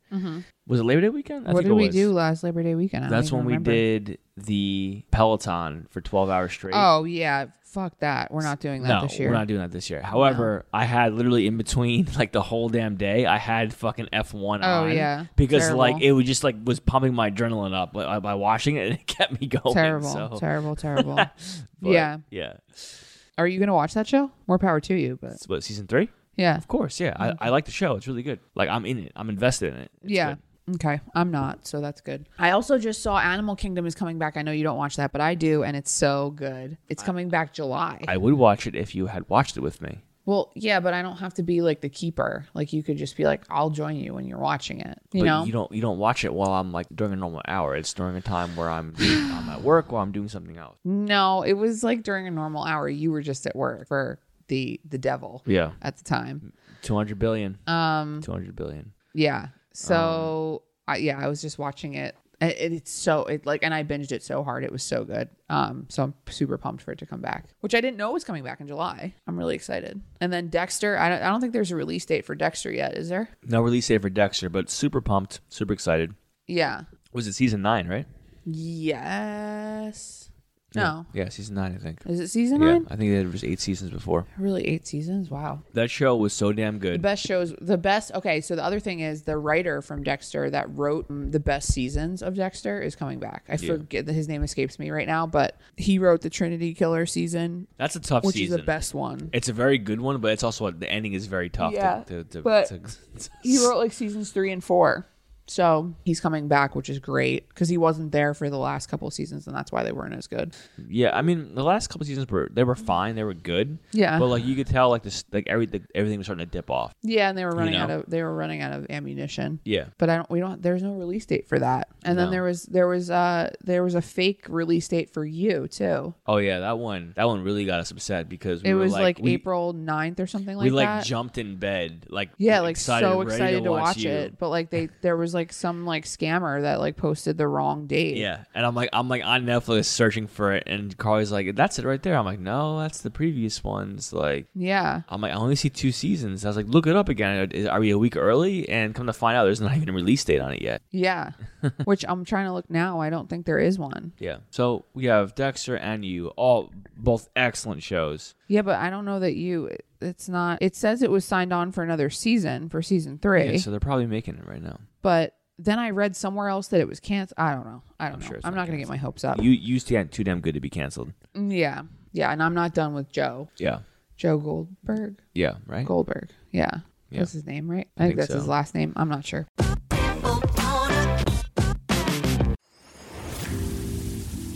S1: Was it Labor Day weekend? I
S2: Mm-hmm.
S1: think
S2: what did
S1: it
S2: we
S1: was.
S2: do last Labor Day weekend? I don't
S1: That's
S2: even
S1: when
S2: remember.
S1: we did the Peloton for 12 hours straight.
S2: Oh yeah, fuck that. We're not doing that
S1: no,
S2: this year.
S1: we're not doing that this year. However, I had literally in between like the whole damn day, I had fucking F1
S2: Oh,
S1: on.
S2: yeah.
S1: Because
S2: Terrible.
S1: like it was just like was pumping my adrenaline up by, by watching it and it kept me going.
S2: terrible,
S1: so-
S2: terrible, terrible.
S1: but,
S2: yeah.
S1: Yeah.
S2: Are you gonna watch that show? More power to you. But
S1: It's what, season three?
S2: yeah,
S1: Of course. Yeah. I, I like the show. It's really good. Like I'm in it. I'm invested in it. It's
S2: yeah.
S1: good.
S2: Okay, I'm not, so that's good. I also just saw Animal Kingdom is coming back. I know you don't watch that, but I do, and it's so good. It's coming back July.
S1: I would watch it if you had watched it with me.
S2: well, yeah, but I don't have to be like the keeper. Like you could just be like, I'll join you when you're watching it. You
S1: but
S2: know?
S1: you don't you don't watch it while I'm like during a normal hour. It's during a time where I'm I'm at work or I'm doing something else.
S2: no, it was like during a normal hour. You were just at work for the the devil
S1: Yeah,
S2: at the time.
S1: two hundred billion.
S2: Um,
S1: two hundred billion.
S2: yeah. So
S1: Um.
S2: I, yeah, I was just watching it. And It, it's so it like, and I binged it so hard. It was so good. Um, so I'm super pumped for it to come back, which I didn't know was coming back in July. I'm really excited. And then Dexter, I don't, I don't think there's a release date for Dexter yet, is there?
S1: No release date for Dexter, but super pumped, super excited.
S2: Yeah.
S1: Was it season nine, right?
S2: Yes. No.
S1: Yeah, season nine, I think.
S2: Is it season
S1: Yeah,
S2: nine?
S1: I think there was eight seasons before.
S2: Really, eight seasons? Wow.
S1: That show was so damn
S2: The
S1: good.
S2: best shows, the best. Okay, so the other thing is the writer from Dexter that wrote mm, the best seasons of Dexter is coming back. I forget that his name escapes me right now, but he wrote the Trinity Killer season,
S1: That's a tough
S2: which
S1: season.
S2: is the best one.
S1: It's a very good one, but it's also the ending is very tough. to-
S2: Yeah,
S1: to, to,
S2: but
S1: to-
S2: He wrote like seasons three and four. So he's coming back, which is great because he wasn't there for the last couple of seasons, and that's why they weren't as good.
S1: Yeah, I mean, the last couple seasons were they were fine, they were good.
S2: Yeah.
S1: but like you could tell, like this, like every the, everything was starting to dip off.
S2: Yeah, and they were running
S1: know?
S2: out of they were running out of ammunition.
S1: Yeah,
S2: But I don't. We don't. There's no release date for that. And then
S1: No.
S2: there was there was uh there was a fake release date for you too.
S1: oh yeah, that one, that one really got us upset because we
S2: It
S1: were
S2: was like,
S1: we,
S2: April 9th or something like
S1: we like
S2: that.
S1: jumped in bed, like
S2: yeah, like
S1: excited,
S2: so
S1: ready
S2: excited to, watch,
S1: you.
S2: it. But like they there was like some like scammer that like posted the wrong date.
S1: Yeah, and I'm like, I'm like on Netflix searching for it, and Carly's like, "That's it right there." I'm like, "No, that's the previous ones." Like,
S2: Yeah.
S1: I'm like, I only see two seasons. I was like, look it up again. Is- Are we a week early? And come to find out, there's not even a release date on it yet.
S2: Yeah. Which I'm trying to look now. I don't think there is one.
S1: Yeah. So we have Dexter and you, all both excellent shows.
S2: Yeah, but I don't know that you. it- It's not. It says it was signed on for another season for season three,
S1: Yeah, so they're probably making it right now.
S2: but then I read somewhere else that it was canceled. I don't know. I don't know.
S1: sure it's
S2: I'm
S1: not
S2: not gonna get my hopes up. Mm,
S1: You you stand too damn good to be canceled.
S2: yeah, yeah, and I'm not done with Joe.
S1: Yeah.
S2: Joe Goldberg.
S1: Yeah. Right.
S2: Goldberg. Yeah.
S1: Yeah.
S2: That's his name, right? I, think,
S1: think
S2: that's his
S1: so.
S2: last name. I'm not sure.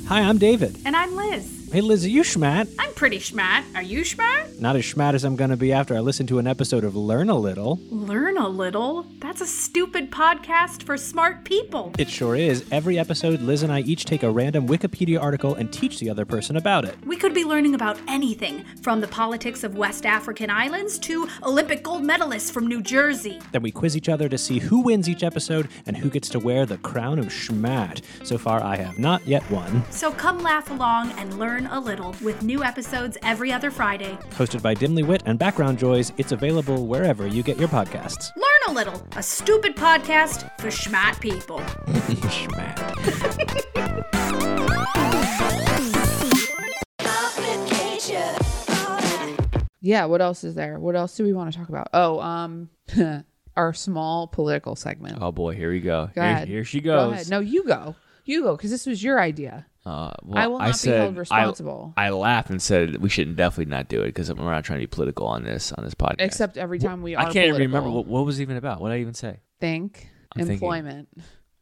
S3: Hi, I'm David.
S4: And I'm Liz.
S3: Hey, Liz, are you schmat?
S4: I'm pretty schmat. Are you schmat?
S3: Not as schmat as I'm going to be after I listen to an episode of Learn a Little.
S4: Learn a little. That's a stupid podcast for smart people.
S3: It sure is. Every episode, Liz and I each take a random Wikipedia article and teach the other person about it.
S4: We could be learning about anything from the politics of West African islands to Olympic gold medalists from New Jersey.
S3: Then we quiz each other to see who wins each episode and who gets to wear the crown of schmat. So far, I have not yet won.
S4: So come laugh along and learn a little with new episodes every other Friday.
S3: Hosted by Dimly Wit and Background Joys, it's available wherever you get your podcasts.
S4: Learn a little, a stupid podcast for schmat people.
S3: schmat.
S2: Yeah. What else is there? What else do we want to talk about? Oh, um, our small political segment.
S1: Oh boy, here we go.
S2: go
S1: here,
S2: ahead.
S1: here she
S2: Go
S1: goes.
S2: ahead. No, you go. You go because this was your idea.
S1: Uh, well,
S2: I will not be
S1: said,
S2: held responsible.
S1: I, I laughed and said we shouldn't definitely not do it because we're not trying to be political on this on this podcast.
S2: Except every time we are
S1: I can't even
S2: political.
S1: remember what, what was it even about. What did I even say?
S2: think
S1: I'm thinking.
S2: employment.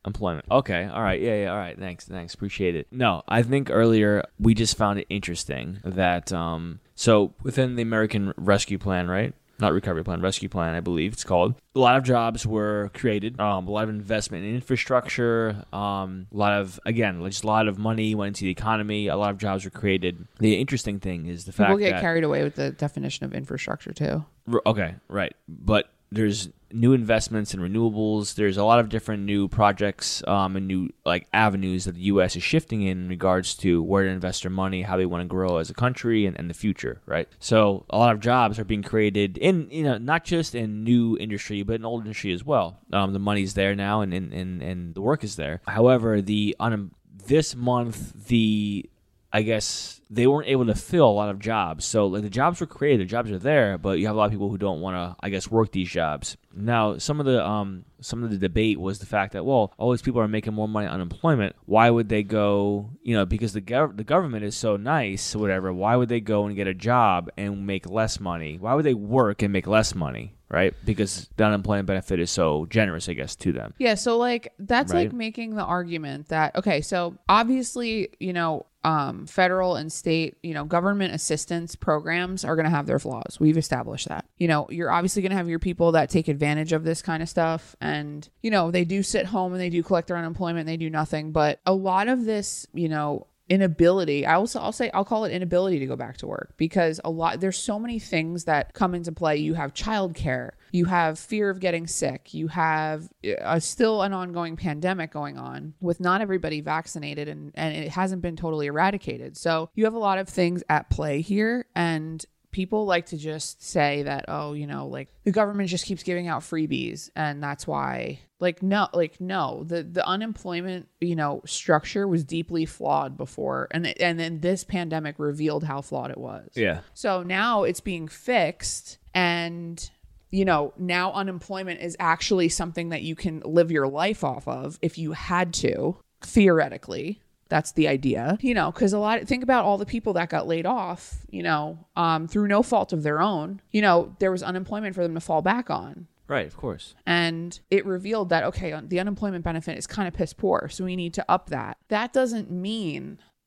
S1: Employment. Okay. All right. Yeah. Yeah. All right. Thanks. Thanks. Appreciate it. No, I think earlier we just found it interesting that um so within the American Rescue Plan, right? Not recovery plan, rescue plan, I believe it's called. A lot of jobs were created. Um, a lot of investment in infrastructure. Um, a lot of again, just a lot of money went into the economy. A lot of jobs were created. The interesting thing is the fact
S2: People get
S1: that
S2: carried away with the definition of infrastructure too.
S1: R- Okay, right. But there's new investments in renewables. There's a lot of different new projects um, and new like avenues that the U.S. is shifting in, regards to where to invest their money, how they want to grow as a country, and, and the future. Right. So a lot of jobs are being created in you know not just in new industry but in old industry as well. Um, the money's there now, and and, and and the work is there. However, the un- this month the I guess they weren't able to fill a lot of jobs. So like the jobs were created, the jobs are there, but you have a lot of people who don't want to, I guess, work these jobs. Now, some of the um, some of the debate was the fact that well, all these people are making more money on unemployment. Why would they go? You know, because the gov- the government is so nice, or whatever. Why would they go and get a job and make less money? Why would they work and make less money? Right? Because the unemployment benefit is so generous, I guess, to them.
S2: Yeah, so like that's like
S1: Right.
S2: making the argument that okay, so obviously, you know, um federal and state, you know, government assistance programs are going to have their flaws. We've established that. You know, you're obviously going to have your people that take advantage of this kind of stuff and you know, they do sit home and they do collect their unemployment, and they do nothing, but a lot of this, you know, inability i also i'll say i'll call it inability to go back to work because a lot there's so many things that come into play you have childcare you have fear of getting sick you have uh still an ongoing pandemic going on with not everybody vaccinated and and it hasn't been totally eradicated so you have a lot of things at play here and people like to just say that oh you know like the government just keeps giving out freebies and that's why like no like no the the unemployment you know structure was deeply flawed before and it- and then this pandemic revealed how flawed it was
S1: Yeah.
S2: so now it's being fixed and you know, now unemployment is actually something that you can live your life off of if you had to, theoretically. That's the idea. You know, cuz a lot think about all the people that got laid off, you know, um through no fault of their own. You know, there was unemployment for them to fall back on.
S1: Right, of course.
S2: and it revealed that okay un- the unemployment benefit is kind of piss poor so we need to up that that doesn't mean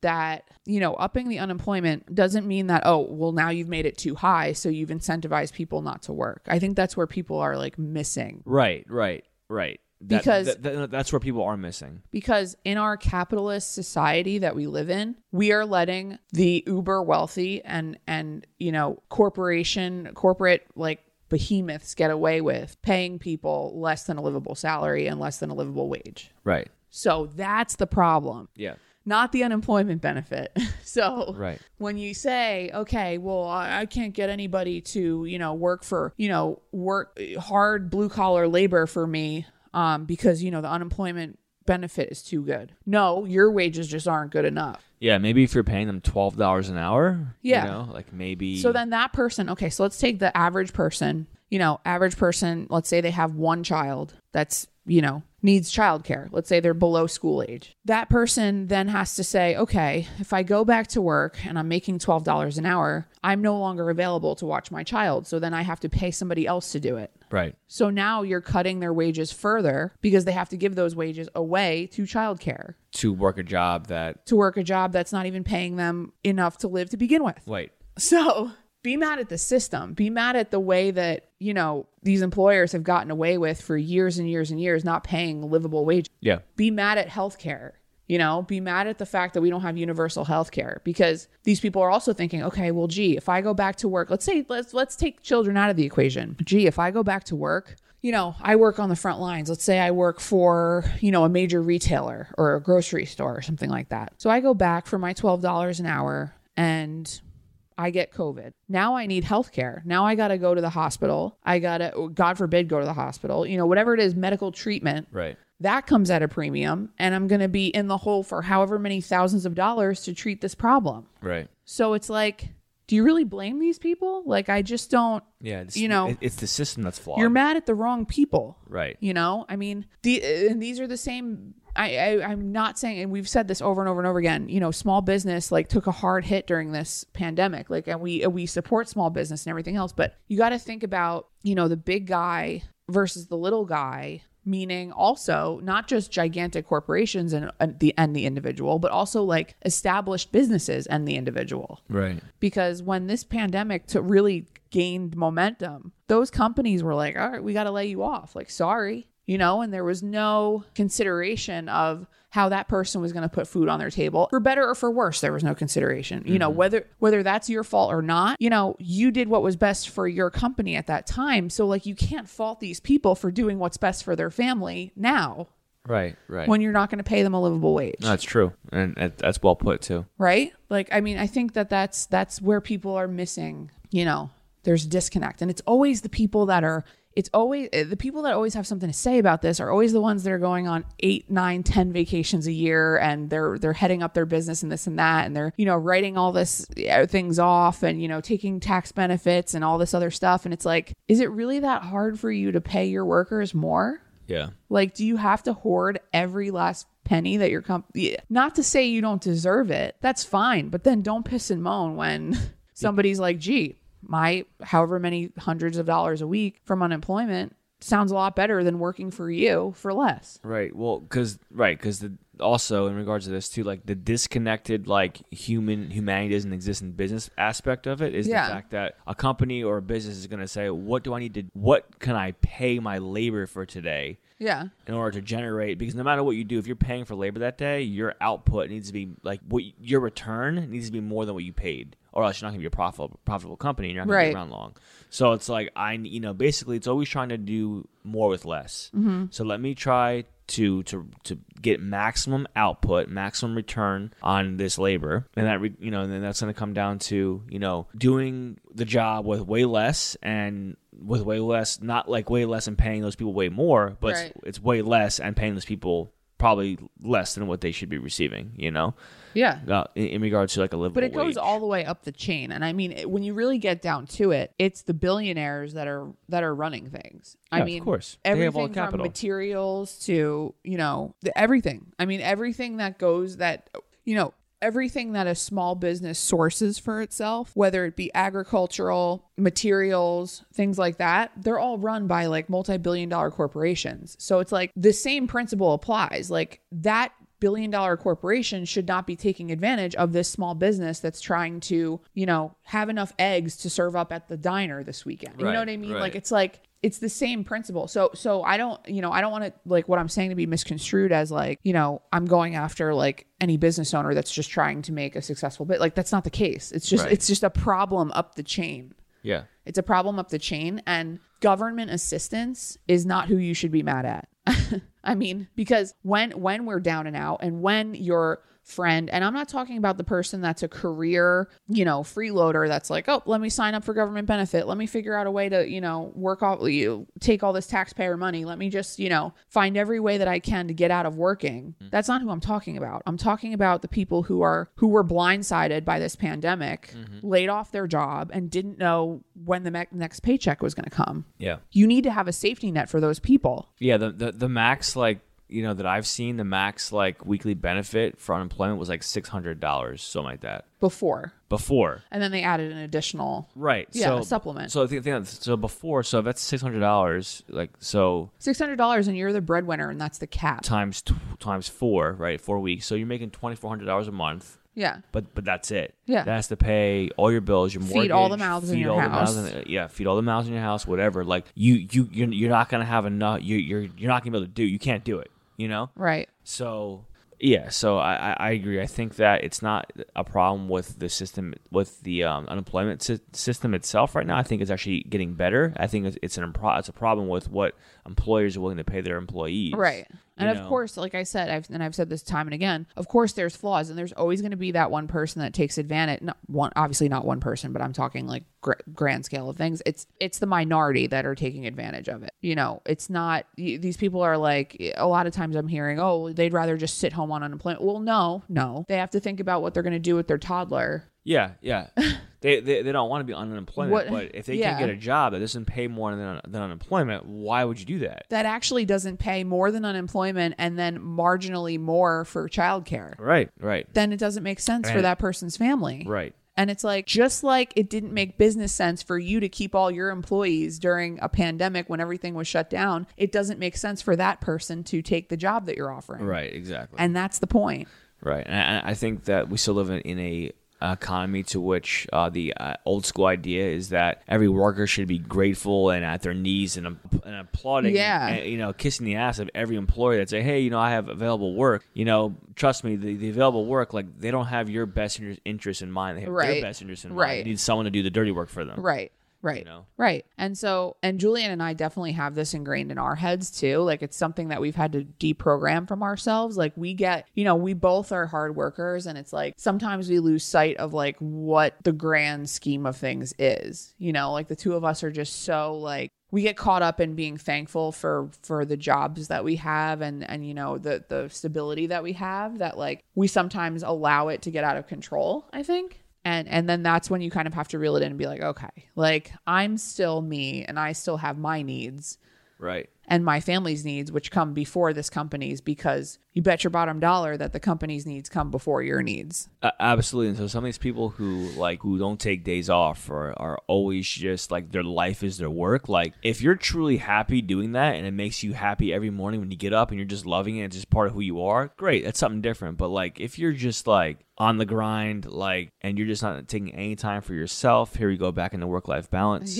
S2: that you know upping the unemployment doesn't mean that oh well now you've made it too high so you've incentivized people not to work i think that's where people are like missing
S1: Right, right, right. That-
S2: Because-
S1: that- that- that's where people are missing.
S2: because in our capitalist society that we live in we are letting the uber wealthy and and you know corporation corporate like behemoths get away with paying people less than a livable salary and less than a livable wage
S1: Right.
S2: So that's the problem,
S1: Yeah.
S2: not the unemployment benefit. so
S1: Right.
S2: when you say, okay, well, I, I can't get anybody to, you know, work for, you know, work hard blue collar labor for me um, because, you know, the unemployment benefit is too good. No, your wages just aren't good enough.
S1: Yeah. Maybe if you're paying them twelve dollars an hour.
S2: Yeah.
S1: You know, like maybe.
S2: So then that person, okay, so let's take the average person, you know, average person, let's say they have one child that's, you know, needs childcare. Let's say they're below school age. That person then has to say, okay, if I go back to work and I'm making $12 an hour, I'm no longer available to watch my child. So then I have to pay somebody else to do it.
S1: Right.
S2: So now you're cutting their wages further because they have to give those wages away to childcare,
S1: To work a job that.
S2: to work a job that's not even paying them enough to live to begin with.
S1: Wait.
S2: So be mad at the system. Be mad at the way that, you know, these employers have gotten away with for years and years and years not paying livable wages.
S1: Yeah.
S2: Be mad at healthcare. You know, be mad at the fact that we don't have universal healthcare because these people are also thinking, okay, well, gee, if I go back to work, let's say let's let's take children out of the equation. Gee, if I go back to work, you know, I work on the front lines. Let's say I work for, you know, a major retailer or a grocery store or something like that. So I go back for my $12 an hour and I get COVID. Now I need health care. Now I got to go to the hospital. I got to, God forbid, go to the hospital. You know, whatever it is, medical treatment
S1: Right.
S2: that comes at a premium. And I'm going to be in the hole for however many thousands of dollars to treat this problem.
S1: Right.
S2: So it's like, do you really blame these people? Like, I just don't.
S1: Yeah. It's,
S2: You know-
S1: it- it's the system that's flawed.
S2: You're mad at the wrong people.
S1: Right.
S2: You know, I mean, the, and these are the same. I, I, I'm not saying, and we've said this over and over and over again. You know, small business like took a hard hit during this pandemic. Like, and we we support small business and everything else, but you got to think about you know the big guy versus the little guy. Meaning, also not just gigantic corporations and, and the and the individual, but also like established businesses and the individual
S1: Right.
S2: because when this pandemic to really gained momentum, those companies were like, "All right, we got to lay you off." Like, sorry, you know, and there was no consideration of how that person was going to put food on their table for better or for worse there was no consideration you know whether whether that's your fault or not you know you did what was best for your company at that time so like you can't fault these people for doing what's best for their family now
S1: Right. Right.
S2: when you're not going to pay them a livable wage
S1: No, that's true, and that- that's well put too.
S2: right like i mean i think that that's that's where people are missing you know there's a disconnect and it's always the people that are it's always eh, the people that always have something to say about this are always the ones that are going on eight nine ten vacations a year and they're they're heading up their business and this and that and they're you know writing all this eh, things off and you know taking tax benefits and all this other stuff and it's like is it really that hard for you to pay your workers more
S1: Yeah.
S2: like, do you have to hoard every last penny that your company? Not to say you don't deserve it. That's fine, but then don't piss and moan when somebody's like, "Gee, my however many hundreds of dollars a week from unemployment sounds a lot better than working for you for less."
S1: Right. Well, because right, because also in regards to this too, like the disconnected, like human humanity doesn't exist in business aspect of it is
S2: Yeah.
S1: the fact that a company or a business is going to say, what do I need to, what can I pay my labor for today?
S2: Yeah.
S1: In order to generate, because no matter what you do, if you're paying for labor that day, your output needs to be like what y- your return needs to be more than what you paid, or else you're not going to be a profitable profitable company. and You're not going to
S2: Right.
S1: be around long. So it's like I, you know, basically it's always trying to do more with less.
S2: Mm-hmm.
S1: So let me try to to to get maximum output, maximum return on this labor, and that re, you know, and then that's going to come down to you know doing the job with way less and with way less, not like way less and paying those people way more, but it's,
S2: Right.
S1: it's way less and paying those people probably less than what they should be receiving. You know,
S2: Yeah.
S1: uh, in, in regards to like a livable.
S2: But it goes
S1: wage.
S2: all the way up the chain, and I mean, it, when you really get down to it, it's the billionaires that are that are running things.
S1: Yeah,
S2: I
S1: of
S2: mean,
S1: course. They have
S2: everything
S1: all the
S2: from
S1: capital.
S2: materials to you know the, everything. I mean, everything that goes that you know everything that a small business sources for itself, whether it be agricultural materials, things like that, they're all run by like multi billion dollar corporations. So it's like the same principle applies. Like that billion dollar corporation should not be taking advantage of this small business that's trying to, you know, have enough eggs to serve up at the diner this weekend. you
S1: Right,
S2: know what I mean?
S1: right.
S2: Like it's like it's the same principle. So so I don't, you know, I don't want to like what I'm saying to be misconstrued as like, you know, I'm going after like any business owner that's just trying to make a successful bit. Like that's not the case. It's just
S1: Right.
S2: it's just a problem up the chain.
S1: Yeah.
S2: It's a problem up the chain, and government assistance is not who you should be mad at. I mean, because when when we're down and out, and when your friend, and I'm not talking about the person that's a career, you know, freeloader that's like, oh, let me sign up for government benefit, let me figure out a way to, you know, work off you take all this taxpayer money, let me just, you know, find every way that I can to get out of working.
S1: Hmm.
S2: That's not who I'm talking about. I'm talking about the people who are who were blindsided by this pandemic,
S1: Mm-hmm.
S2: laid off their job, and didn't know when the me- next paycheck was going to come.
S1: Yeah.
S2: You need to have a safety net for those people.
S1: Yeah, the, the the max like you know that I've seen the max like weekly benefit for unemployment was like six hundred dollars, something like that.
S2: before.
S1: Before,
S2: And then they added an additional
S1: right?
S2: Yeah,
S1: so,
S2: a supplement.
S1: So I think, I think that's- so before, so if that's six hundred dollars, like so
S2: $600 and you're the breadwinner and that's the cap.
S1: times t- times four, right? Four weeks, so you're making twenty four hundred dollars a month.
S2: Yeah.
S1: But but that's it.
S2: Yeah.
S1: that has to pay all your bills, your mortgage,
S2: Feed all the mouths in
S1: feed
S2: your
S1: all the
S2: house.
S1: mouths in- yeah, feed all the mouths in your house, whatever. Like you you you're, you're not gonna have enough. You you're you're not gonna be able to do. You can't do it. You know.
S2: Right.
S1: So yeah, so I, I- I agree. I think that it's not a problem with the system with the um, unemployment sy- system itself right now. I think it's actually getting better. I think it's, it's an impro- it's a problem with what employers are willing to pay their employees.
S2: Right. And
S1: You
S2: of
S1: know?
S2: course, like I said, I've and I've said this time and again, of course there's flaws and there's always going to be that one person that takes advantage, not one obviously not one person, but I'm talking like gr- grand scale of things. It's it's the minority that are taking advantage of it. You know, it's not y- these people are like a lot of times I'm hearing, "Oh, they'd rather just sit home on unemployment." Well, no, no. They have to think about what they're going to do with their toddler.
S1: Yeah, yeah. they, they they don't want to be on unemployment,
S2: What-
S1: but if they
S2: yeah.
S1: can't get a job that doesn't pay more than than unemployment, why would you do that?
S2: That actually doesn't pay more than unemployment and then marginally more for childcare.
S1: Right, right,
S2: Then it doesn't make sense for
S1: And-
S2: that person's family.
S1: right.
S2: And it's like, just like it didn't make business sense for you to keep all your employees during a pandemic when everything was shut down, it doesn't make sense for that person to take the job that you're offering.
S1: Right, exactly.
S2: And that's the point.
S1: Right, and I, I think that we still live in, in a economy to which uh, the uh, old school idea is that every worker should be grateful and at their knees and, um, and applauding,
S2: Yeah.
S1: and, you know, kissing the ass of every employer that say, "Hey, you know, I have available work." You know, trust me, the, the available work, like they don't have your best inter- interest in mind; they have
S2: Right.
S1: their best interest in mind.
S2: Right.
S1: They need someone to do the dirty work for them.
S2: Right. Right.
S1: know?
S2: Right. And so, and Julian and I definitely have this ingrained in our heads too. Like it's something that we've had to deprogram from ourselves. Like we get, you know, we both are hard workers and it's like sometimes we lose sight of like what the grand scheme of things is. You know, like the two of us are just so like we get caught up in being thankful for for the jobs that we have and and you know the the stability that we have that like we sometimes allow it to get out of control, I think and and then that's when you kind of have to reel it in and be like okay like i'm still me and i still have my needs
S1: Right.
S2: and my family's needs which come before this company's because you bet your bottom dollar that the company's needs come before your needs
S1: Uh, absolutely. And so some of these people who like who don't take days off or are always just like their life is their work. Like if you're truly happy doing that and it makes you happy every morning when you get up and you're just loving it, it's just part of who you are. Great, that's something different. But like if you're just like on the grind, like and you're just not taking any time for yourself, here we go back into work life balance.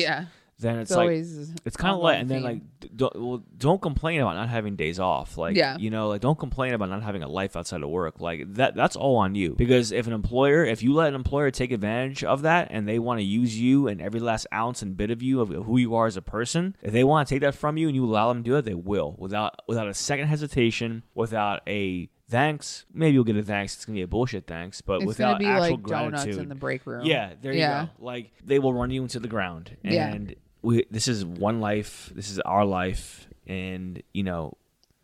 S1: Then it's,
S2: it's
S1: like
S2: always
S1: it's kind of
S2: online
S1: like, and then
S2: theme.
S1: like, d- don't well, don't complain about not having days off. Like,
S2: Yeah.
S1: you know, like don't complain about not having a life outside of work. Like that, that's all on you. Because if an employer, if you let an employer take advantage of that, and they want to use you and every last ounce and bit of you of who you are as a person, if they want to take that from you and you allow them to do it, they will without without a second hesitation, without a thanks. Maybe you'll get a thanks. It's gonna be a bullshit thanks, but
S2: it's
S1: without
S2: gonna be
S1: actual
S2: like
S1: gratitude.
S2: donuts in the break room
S1: Yeah, there
S2: Yeah.
S1: you go. Like they will run you into the ground.
S2: Yeah.
S1: And we this is one life. This is our life and you know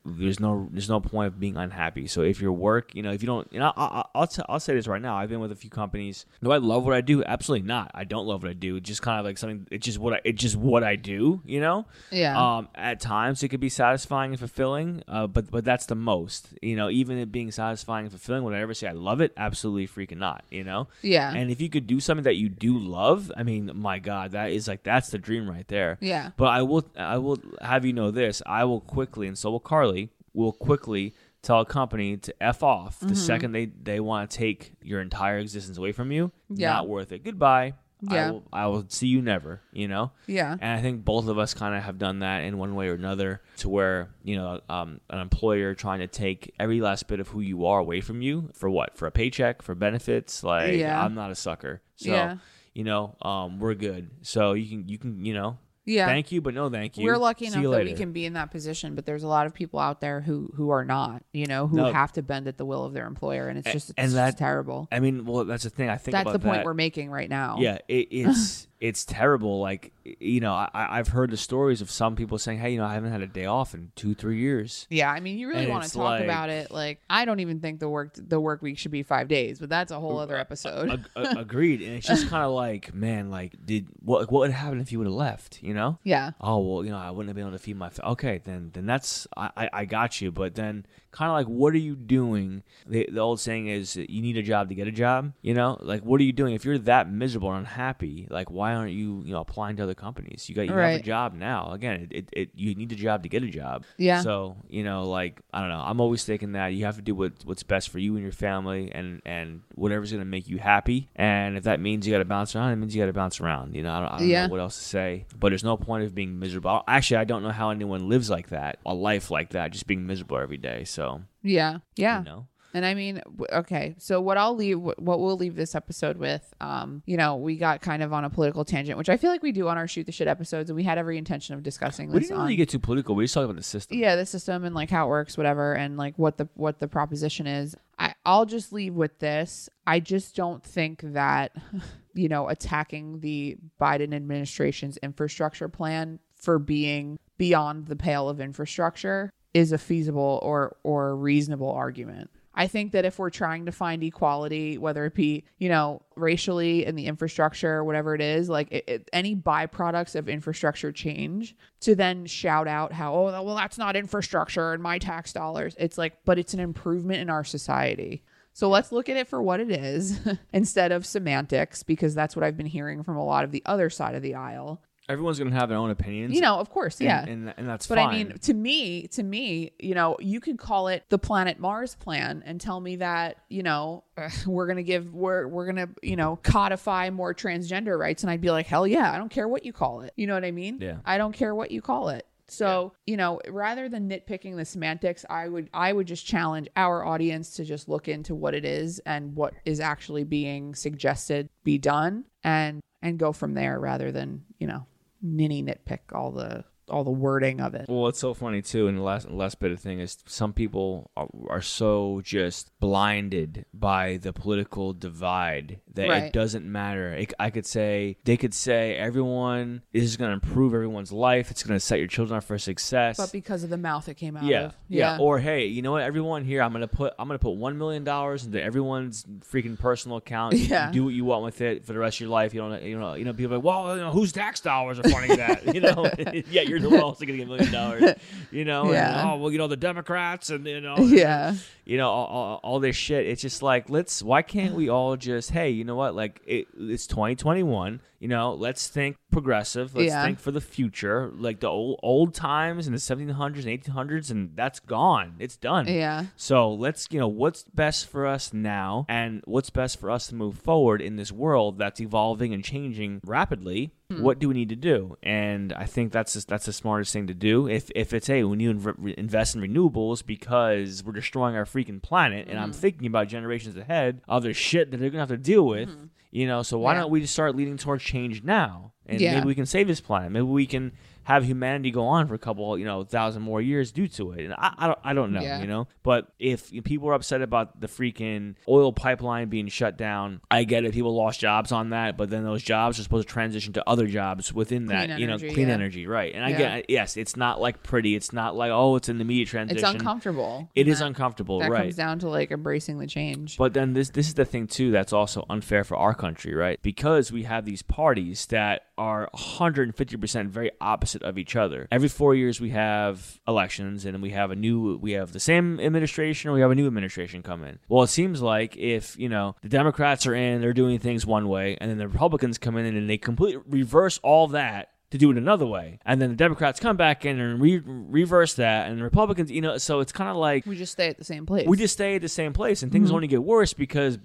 S1: there's no there's no point of being unhappy. So if your work, you know, if you don't, you know, I, I, I'll t- I'll say this right now. I've been with a few companies. Do I love what I do? Absolutely not. I don't love what I do. It's just kind of like something. It's just what I. It's just what I do. You know.
S2: Yeah.
S1: Um. At times it could be satisfying and fulfilling. Uh. But but that's the most. You know. Even it being satisfying and fulfilling, would I ever say I love it? Absolutely freaking not. You know.
S2: Yeah.
S1: And if you could do something that you do love, I mean, my God, that is like that's the dream right there.
S2: Yeah.
S1: But I will I will have you know this. I will quickly, and so will Carly, will quickly tell a company to F off
S2: Mm-hmm.
S1: the second they, they want to take your entire existence away from you.
S2: Yeah.
S1: Not worth it. Goodbye.
S2: Yeah.
S1: I will, I will see you never, you know?
S2: Yeah.
S1: And I think both of us kind of have done that in one way or another to where, you know, um, an employer trying to take every last bit of who you are away from you for what? For a paycheck, for benefits. Like,
S2: Yeah.
S1: I'm not a sucker. So,
S2: Yeah.
S1: you know, um, we're good. So you can, you can, you know,
S2: Yeah.
S1: thank you, but no thank you.
S2: We're lucky
S1: See
S2: enough
S1: you
S2: that
S1: later.
S2: we can be in that position, but there's a lot of people out there who who are not, you know, who
S1: No.
S2: have to bend at the will of their employer, and it's just it's
S1: and
S2: just
S1: that-
S2: terrible.
S1: I mean, well, that's the thing. I think
S2: That's
S1: about
S2: the point
S1: that.
S2: we're making right now.
S1: Yeah, it, it's it's terrible. Like you know, I, I- I've heard the stories of some people saying, "Hey, you know, I haven't had a day off in two, three years."
S2: Yeah, I mean, you really
S1: And
S2: want to
S1: it's
S2: talk
S1: like-
S2: about it. Like, I don't even think the work the work week should be five days, but that's a whole other episode.
S1: Ag- a- agreed, and it's just kind of like, man, like, did what what would happen if you would have left? You know?
S2: yeah,
S1: Oh well, you know, I wouldn't have been able to feed my. Fa- okay, then then that's I, I I got you, but then kind of like, what are you doing? The the old saying is, you need a job to get a job. You know, like, what are you doing if you're that miserable and unhappy? Like, why aren't you you know applying to other companies? You got you have
S2: Right.
S1: a job now. Again, it, it, it you need a job to get a job.
S2: Yeah.
S1: So you know, like I don't know, I'm always thinking that you have to do what what's best for you and your family, and and whatever's gonna make you happy. And if that means you got to bounce around, it means you got to bounce around. You know, I don't, I don't
S2: Yeah.
S1: know what else to say. But there's no point of being miserable. Actually, I don't know how anyone lives like that, a life like that, just being miserable every day. So
S2: yeah, yeah.
S1: you know,
S2: And I mean, w- okay. So what I'll leave, what we'll leave this episode with, um, you know, we got kind of on a political tangent, which I feel like we do on our shoot the shit episodes, and we had every intention of discussing
S1: we
S2: this
S1: didn't
S2: on,
S1: really get too political. We just talked about the system.
S2: yeah, the system and like how it works, whatever, and like what the what the proposition is. I I'll just leave with this. I just don't think that, you know, attacking the Biden administration's infrastructure plan for being beyond the pale of infrastructure is a feasible or or reasonable argument. I think that if we're trying to find equality, whether it be, you know, racially in the infrastructure, whatever it is, like it, it- any byproducts of infrastructure change, to then shout out how, oh, well, that's not infrastructure and my tax dollars. It's like, but it's an improvement in our society. So let's look at it for what it is instead of semantics, because that's what I've been hearing from a lot of the other side of the aisle.
S1: Everyone's gonna have their own opinions.
S2: You know, of course,
S1: and,
S2: yeah.
S1: and, and that's
S2: But
S1: fine.
S2: I mean, to me, to me, you know, you could call it the Planet Mars plan and tell me that, you know, we're gonna give we're we're gonna you know codify more transgender rights, and I'd be like, hell yeah, I don't care what you call it. You know what I mean?
S1: Yeah.
S2: I don't care what you call it. So you know, rather than nitpicking the semantics, I would I would just challenge our audience to just look into what it is and what is actually being suggested be done, and and go from there rather than you know ninny nitpick all the all the wording of it.
S1: Well, it's so funny too, and the last last bit of thing is some people are, are so just blinded by the political divide that
S2: Right.
S1: it doesn't matter. It, I could say they could say everyone this is going to improve everyone's life. It's going to set your children up for success.
S2: But because of the mouth it came out
S1: yeah,
S2: of.
S1: yeah, Or hey, you know what? Everyone here, I'm gonna put I'm gonna put one million dollars into everyone's freaking personal account. You
S2: Yeah.
S1: do what you want with it for the rest of your life. You don't, you know, you know. People are like, well, you know, whose tax dollars are funding that? you know, yeah, you're the one also gonna get a million dollars. You know, and,
S2: Yeah.
S1: oh well, you know the Democrats and you know,
S2: yeah.
S1: you know all, all, all this shit it's just like let's why can't we all just hey you know what like it, it's 2021 you know let's think progressive let's
S2: Yeah.
S1: think for the future like the old old times in the 1700s and 1800s and that's gone it's done
S2: Yeah.
S1: so let's you know what's best for us now and what's best for us to move forward in this world that's evolving and changing rapidly
S2: Hmm.
S1: what do we need to do and i think that's just, that's the smartest thing to do if if it's hey we need to re- invest in renewables because we're destroying our freaking planet and i'm
S2: Hmm.
S1: thinking about generations ahead of the shit that they're gonna have to deal with you know so why
S2: Hmm. Yeah.
S1: don't we just start leading towards change now and
S2: Yeah.
S1: maybe we can save this planet maybe we can have humanity go on for a couple, you know, thousand more years due to it. And I, I don't, I don't know,
S2: Yeah.
S1: you know. But if people are upset about the freaking oil pipeline being shut down, I get it. People lost jobs on that, but then those jobs are supposed to transition to other jobs within that, you know,
S2: energy,
S1: clean
S2: yeah.
S1: energy, right? And I
S2: Yeah.
S1: get, yes, it's not like pretty. It's not like oh, it's an immediate transition.
S2: It's uncomfortable.
S1: It is uncomfortable,
S2: That
S1: right?
S2: comes down to like embracing the change.
S1: But then this this is the thing too that's also unfair for our country, right? Because we have these parties that are 150% very opposite of each other. Every 4 years we have elections and we have a new we have the same administration or we have a new administration come in. Well, it seems like if, you know, the Democrats are in, they're doing things one way and then the Republicans come in and they completely reverse all that to do it another way. And then the Democrats come back in and re- reverse that and the Republicans, you know, so it's kind of like
S2: we just stay at the same place.
S1: we just stay at the same place and things only get worse because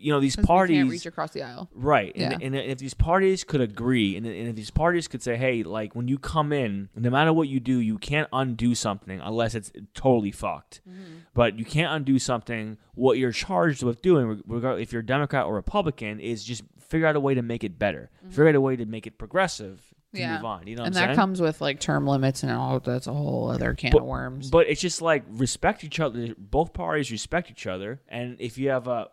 S1: you know these
S2: 'Cause Mm-hmm. we
S1: parties
S2: can't reach across the aisle.
S1: right
S2: Yeah.
S1: and, and if these parties could agree and, and if these parties could say hey like when you come in no matter what you do you can't undo something unless it's totally fucked
S2: Mm-hmm.
S1: but you can't undo something what you're charged with doing regardless if you're democrat or republican is just figure out a way to make it better figure out a way to make it progressive to
S2: Mm-hmm. Yeah.
S1: move on you know what
S2: and
S1: I'm
S2: that
S1: saying?
S2: comes with like term limits and all. That's a whole other can of worms.
S1: But it's just like respect each other. Both parties respect each other, and if you have a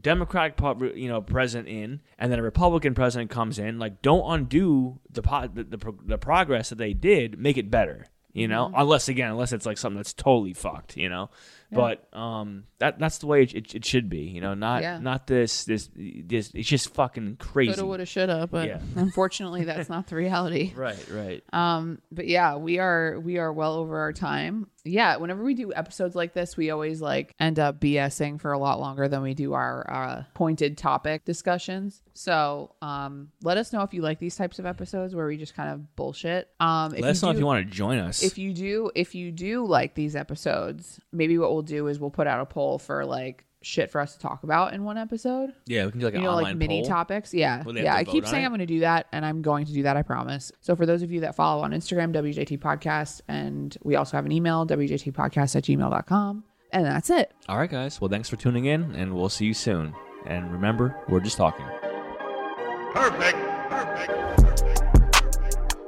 S1: Democratic, po- you know, president in, and then a Republican president comes in, like don't undo the po- the, the, pro- the progress that they did. Make it better, you know.
S2: Mm-hmm.
S1: Unless again, unless it's like something that's totally fucked, you know. But um, that that's the way it, it, it should be, you know. Not
S2: Yeah.
S1: not this this this. It's just fucking
S2: Coulda,
S1: crazy.
S2: woulda, shoulda, but
S1: Yeah.
S2: unfortunately, that's not the reality.
S1: Right, right.
S2: Um, but yeah, we are we are well over our time. Yeah, whenever we do episodes like this, we always like end up BSing for a lot longer than we do our uh, pointed topic discussions. So um, let us know if you like these types of episodes where we just kind of bullshit. Um, if
S1: Let us know if
S2: do-
S1: you want to join us.
S2: if you do if you do like these episodes, maybe what we'll do is we'll put out a poll for like shit for us to talk about in one episode
S1: yeah, we can do like
S2: you
S1: an
S2: know, like
S1: online
S2: mini
S1: poll.
S2: topics. Yeah,
S1: Will they have
S2: yeah.
S1: to
S2: I keep
S1: vote on
S2: saying
S1: it?
S2: I'm going to do that, and I'm going to do that. I promise. So for those of you that follow on Instagram, WJT Podcast, and we also have an email, WJTPodcast at gmail.com. And that's it.
S1: All right, guys. Well, thanks for tuning in, and we'll see you soon. And remember, we're just talking.
S5: Perfect. Perfect. Perfect.